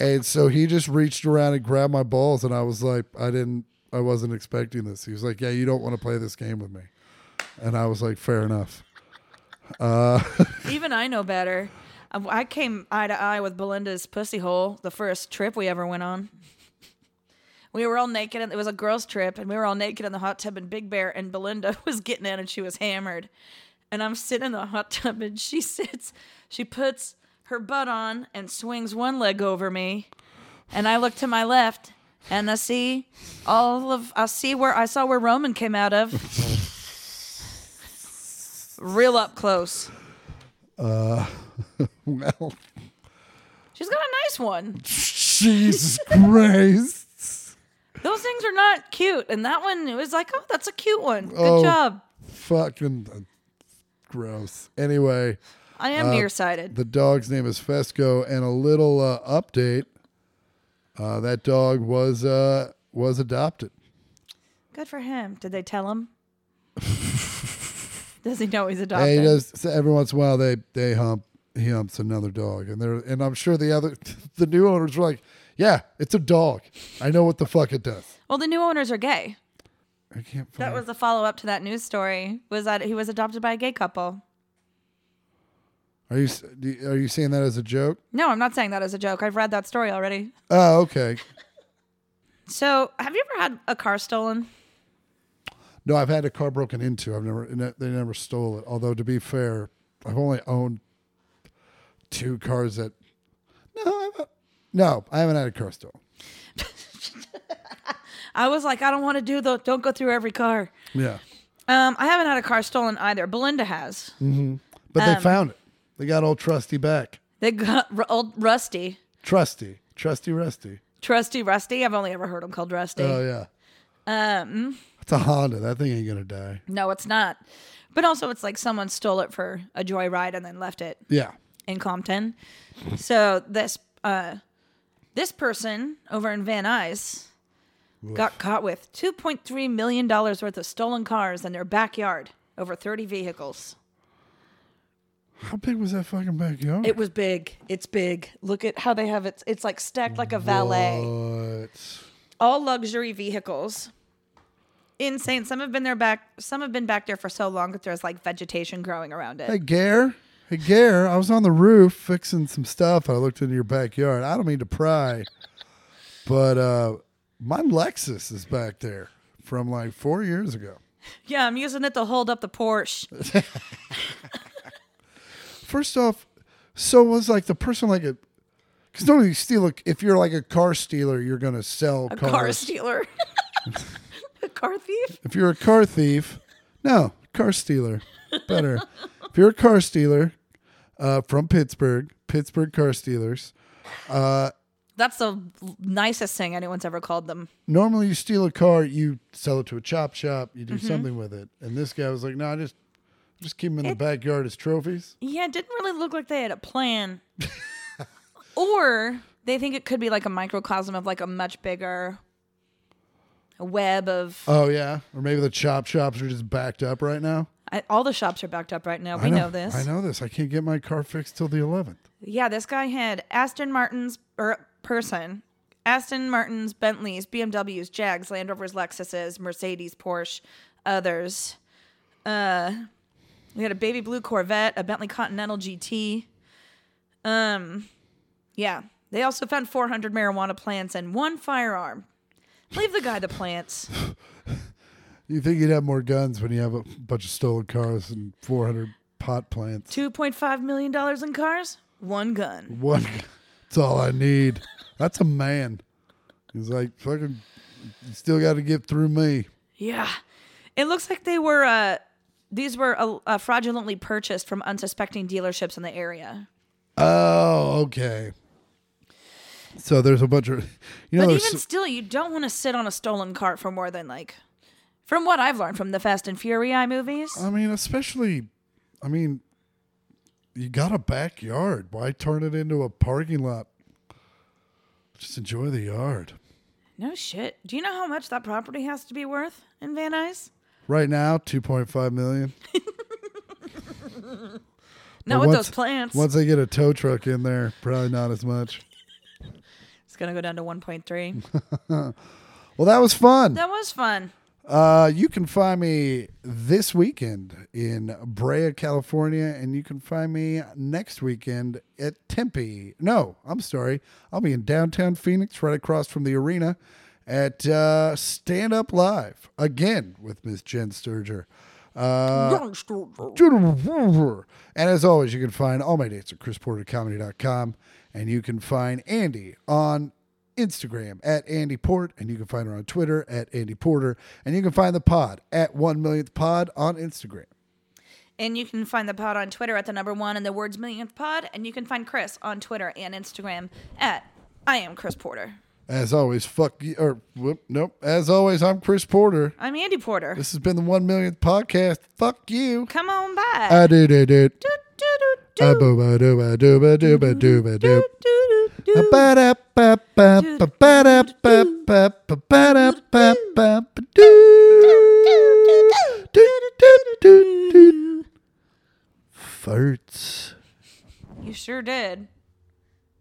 Speaker 3: and so he just reached around and grabbed my balls, and I was like, I didn't, I wasn't expecting this. He was like, Yeah, you don't want to play this game with me, and I was like, Fair enough.
Speaker 2: Even I know better. Um, I came eye to eye with Belinda's pussy hole the first trip we ever went on. We were all naked, and it was a girls' trip, and we were all naked in the hot tub in Big Bear, and Belinda was getting in, and she was hammered. And I'm sitting in the hot tub, and she sits, she puts her butt on and swings one leg over me, and I look to my left, and I see all of I see where I saw where Roman came out of, real up close.
Speaker 3: Well,
Speaker 2: She's got a nice one.
Speaker 3: Jesus Christ.
Speaker 2: Those things are not cute. And that one, it was like, oh, that's a cute one. Good
Speaker 3: Oh.
Speaker 2: job.
Speaker 3: Fucking uh, gross. Anyway,
Speaker 2: I am nearsighted.
Speaker 3: uh, the dog's name is Fesco, and a little uh, update. Uh, that dog was uh, was adopted.
Speaker 2: Good for him. Did they tell him? Does he know he's adopted?
Speaker 3: Hey, he does, so every once in a while they they hump he humps another dog, and they're and I'm sure the other the new owners were like, yeah, it's a dog. I know what the fuck it does.
Speaker 2: Well, the new owners are gay.
Speaker 3: I can't find.
Speaker 2: That was the follow up to that news story. Was that he was adopted by a gay couple?
Speaker 3: Are you s- do you- are you saying that as a joke?
Speaker 2: No, I'm not saying that as a joke. I've read that story already.
Speaker 3: Oh, okay.
Speaker 2: So, have you ever had a car stolen?
Speaker 3: No, I've had a car broken into. I've never ne- they never stole it. Although to be fair, I've only owned two cars that. No, I've, no, I haven't had a car stolen.
Speaker 2: I was like, I don't want to do the don't go through every car.
Speaker 3: Yeah,
Speaker 2: Um, I haven't had a car stolen either. Belinda has.
Speaker 3: but they found it. They got old Trusty back.
Speaker 2: They got r- old Rusty,
Speaker 3: Trusty, Trusty, Rusty.
Speaker 2: Trusty Rusty. I've only ever heard him called Rusty.
Speaker 3: Oh yeah,
Speaker 2: um,
Speaker 3: it's a Honda. That thing ain't gonna die.
Speaker 2: no, it's not. But also, it's like someone stole it for a joyride and then left it
Speaker 3: Yeah,
Speaker 2: in Compton. So this uh, this person over in Van Nuys got caught with 2.3 million dollars worth of stolen cars in their backyard, over 30 vehicles.
Speaker 3: how big was that fucking backyard?
Speaker 2: It was big. It's big. Look at how they have it. It's like stacked like a valet.
Speaker 3: What?
Speaker 2: All luxury vehicles. Insane. Some have been there back. Some have been back there for so long that there's like vegetation growing around it.
Speaker 3: Hey, Gare. Hey, Gare. I was on the roof fixing some stuff. I looked into your backyard. I don't mean to pry, but uh, my Lexus is back there from like four years ago.
Speaker 2: Yeah, I'm using it to hold up the Porsche.
Speaker 3: First off, so was like the person like a. Because normally you steal, a, if you're like a car stealer, you're going to sell
Speaker 2: A
Speaker 3: cars.
Speaker 2: car stealer. a car thief.
Speaker 3: if you're a car thief, no, car stealer. Better. if you're a car stealer uh, from Pittsburgh, Pittsburgh car stealers,
Speaker 2: That's the nicest thing anyone's ever called them.
Speaker 3: normally you steal a car, you sell it to a chop shop, you
Speaker 2: Mm-hmm.
Speaker 3: do something with it. And this guy was like, no, I just just keep them in the backyard as trophies.
Speaker 2: Yeah, it didn't really look like they had a plan. or they think it could be like a microcosm of like a much bigger web of
Speaker 3: Oh yeah, or maybe the chop shops are just backed up right now.
Speaker 2: I, all the shops are backed up right now. We
Speaker 3: I
Speaker 2: know, this.
Speaker 3: I know this. I can't get my car fixed till the 11th.
Speaker 2: Yeah, this guy had Aston Martin's or person, Aston Martin's, Bentleys, BMWs, Jags, Land Rovers, Lexuses, Mercedes, Porsche, others. Uh, we had a baby blue Corvette, a Bentley Continental GT. Um, yeah. They also found 400 marijuana plants and one firearm. Leave the guy the plants.
Speaker 3: You think you'd have more guns when you have a bunch of stolen cars and 400 pot plants?
Speaker 2: $2.5 million in cars, one gun.
Speaker 3: What? That's all I need. That's a man. He's like fucking. You still got to get through me.
Speaker 2: Yeah. It looks like they were, uh, these were uh, uh, fraudulently purchased from unsuspecting dealerships in the area.
Speaker 3: Oh, okay. So there's a bunch of, you know,
Speaker 2: But even
Speaker 3: there's
Speaker 2: still, you don't want to sit on a stolen cart for more than like, from what I've learned from the Fast and Fury movies.
Speaker 3: I mean, especially, I mean, you got a backyard. Why turn it into a parking lot? Just enjoy the yard.
Speaker 2: no shit. Do you know how much that property has to be worth in Van Nuys?
Speaker 3: Right now, two point five million.
Speaker 2: Not
Speaker 3: But
Speaker 2: with
Speaker 3: once-
Speaker 2: those plants.
Speaker 3: Once they get a tow truck in there, probably not as much.
Speaker 2: It's gonna go down to 1.3.
Speaker 3: Well, that was fun.
Speaker 2: that was fun.
Speaker 3: Uh, you can find me this weekend in Brea, California, and you can find me next weekend at Tempe. No, I'm sorry. I'll be in downtown Phoenix, right across from the arena, at uh, Stand Up Live again with Miss Jen Sturger. Uh, and as always, you can find all my dates at chrisportercomedy.com. And you can find Andy on Instagram at Andy Port. And you can find her on Twitter at Andy Porter. And you can find the pod at 1 millionth pod on Instagram.
Speaker 2: And you can find the pod on Twitter at the number one and the words millionth pod. And you can find Chris on Twitter and Instagram at I am Chris Porter.
Speaker 3: As always, fuck you. Or, whoop, nope. As always, I'm Chris Porter.
Speaker 2: I'm Andy Porter.
Speaker 3: This has been the 1 millionth podcast. Fuck you.
Speaker 2: Come on by.
Speaker 3: I did it. it.
Speaker 2: do,
Speaker 3: I
Speaker 2: do, do,
Speaker 3: boo ba doo ba doo ba doo ba doo
Speaker 2: do,
Speaker 3: ba doo.
Speaker 2: do, do, do.
Speaker 3: Farts.
Speaker 2: You sure did.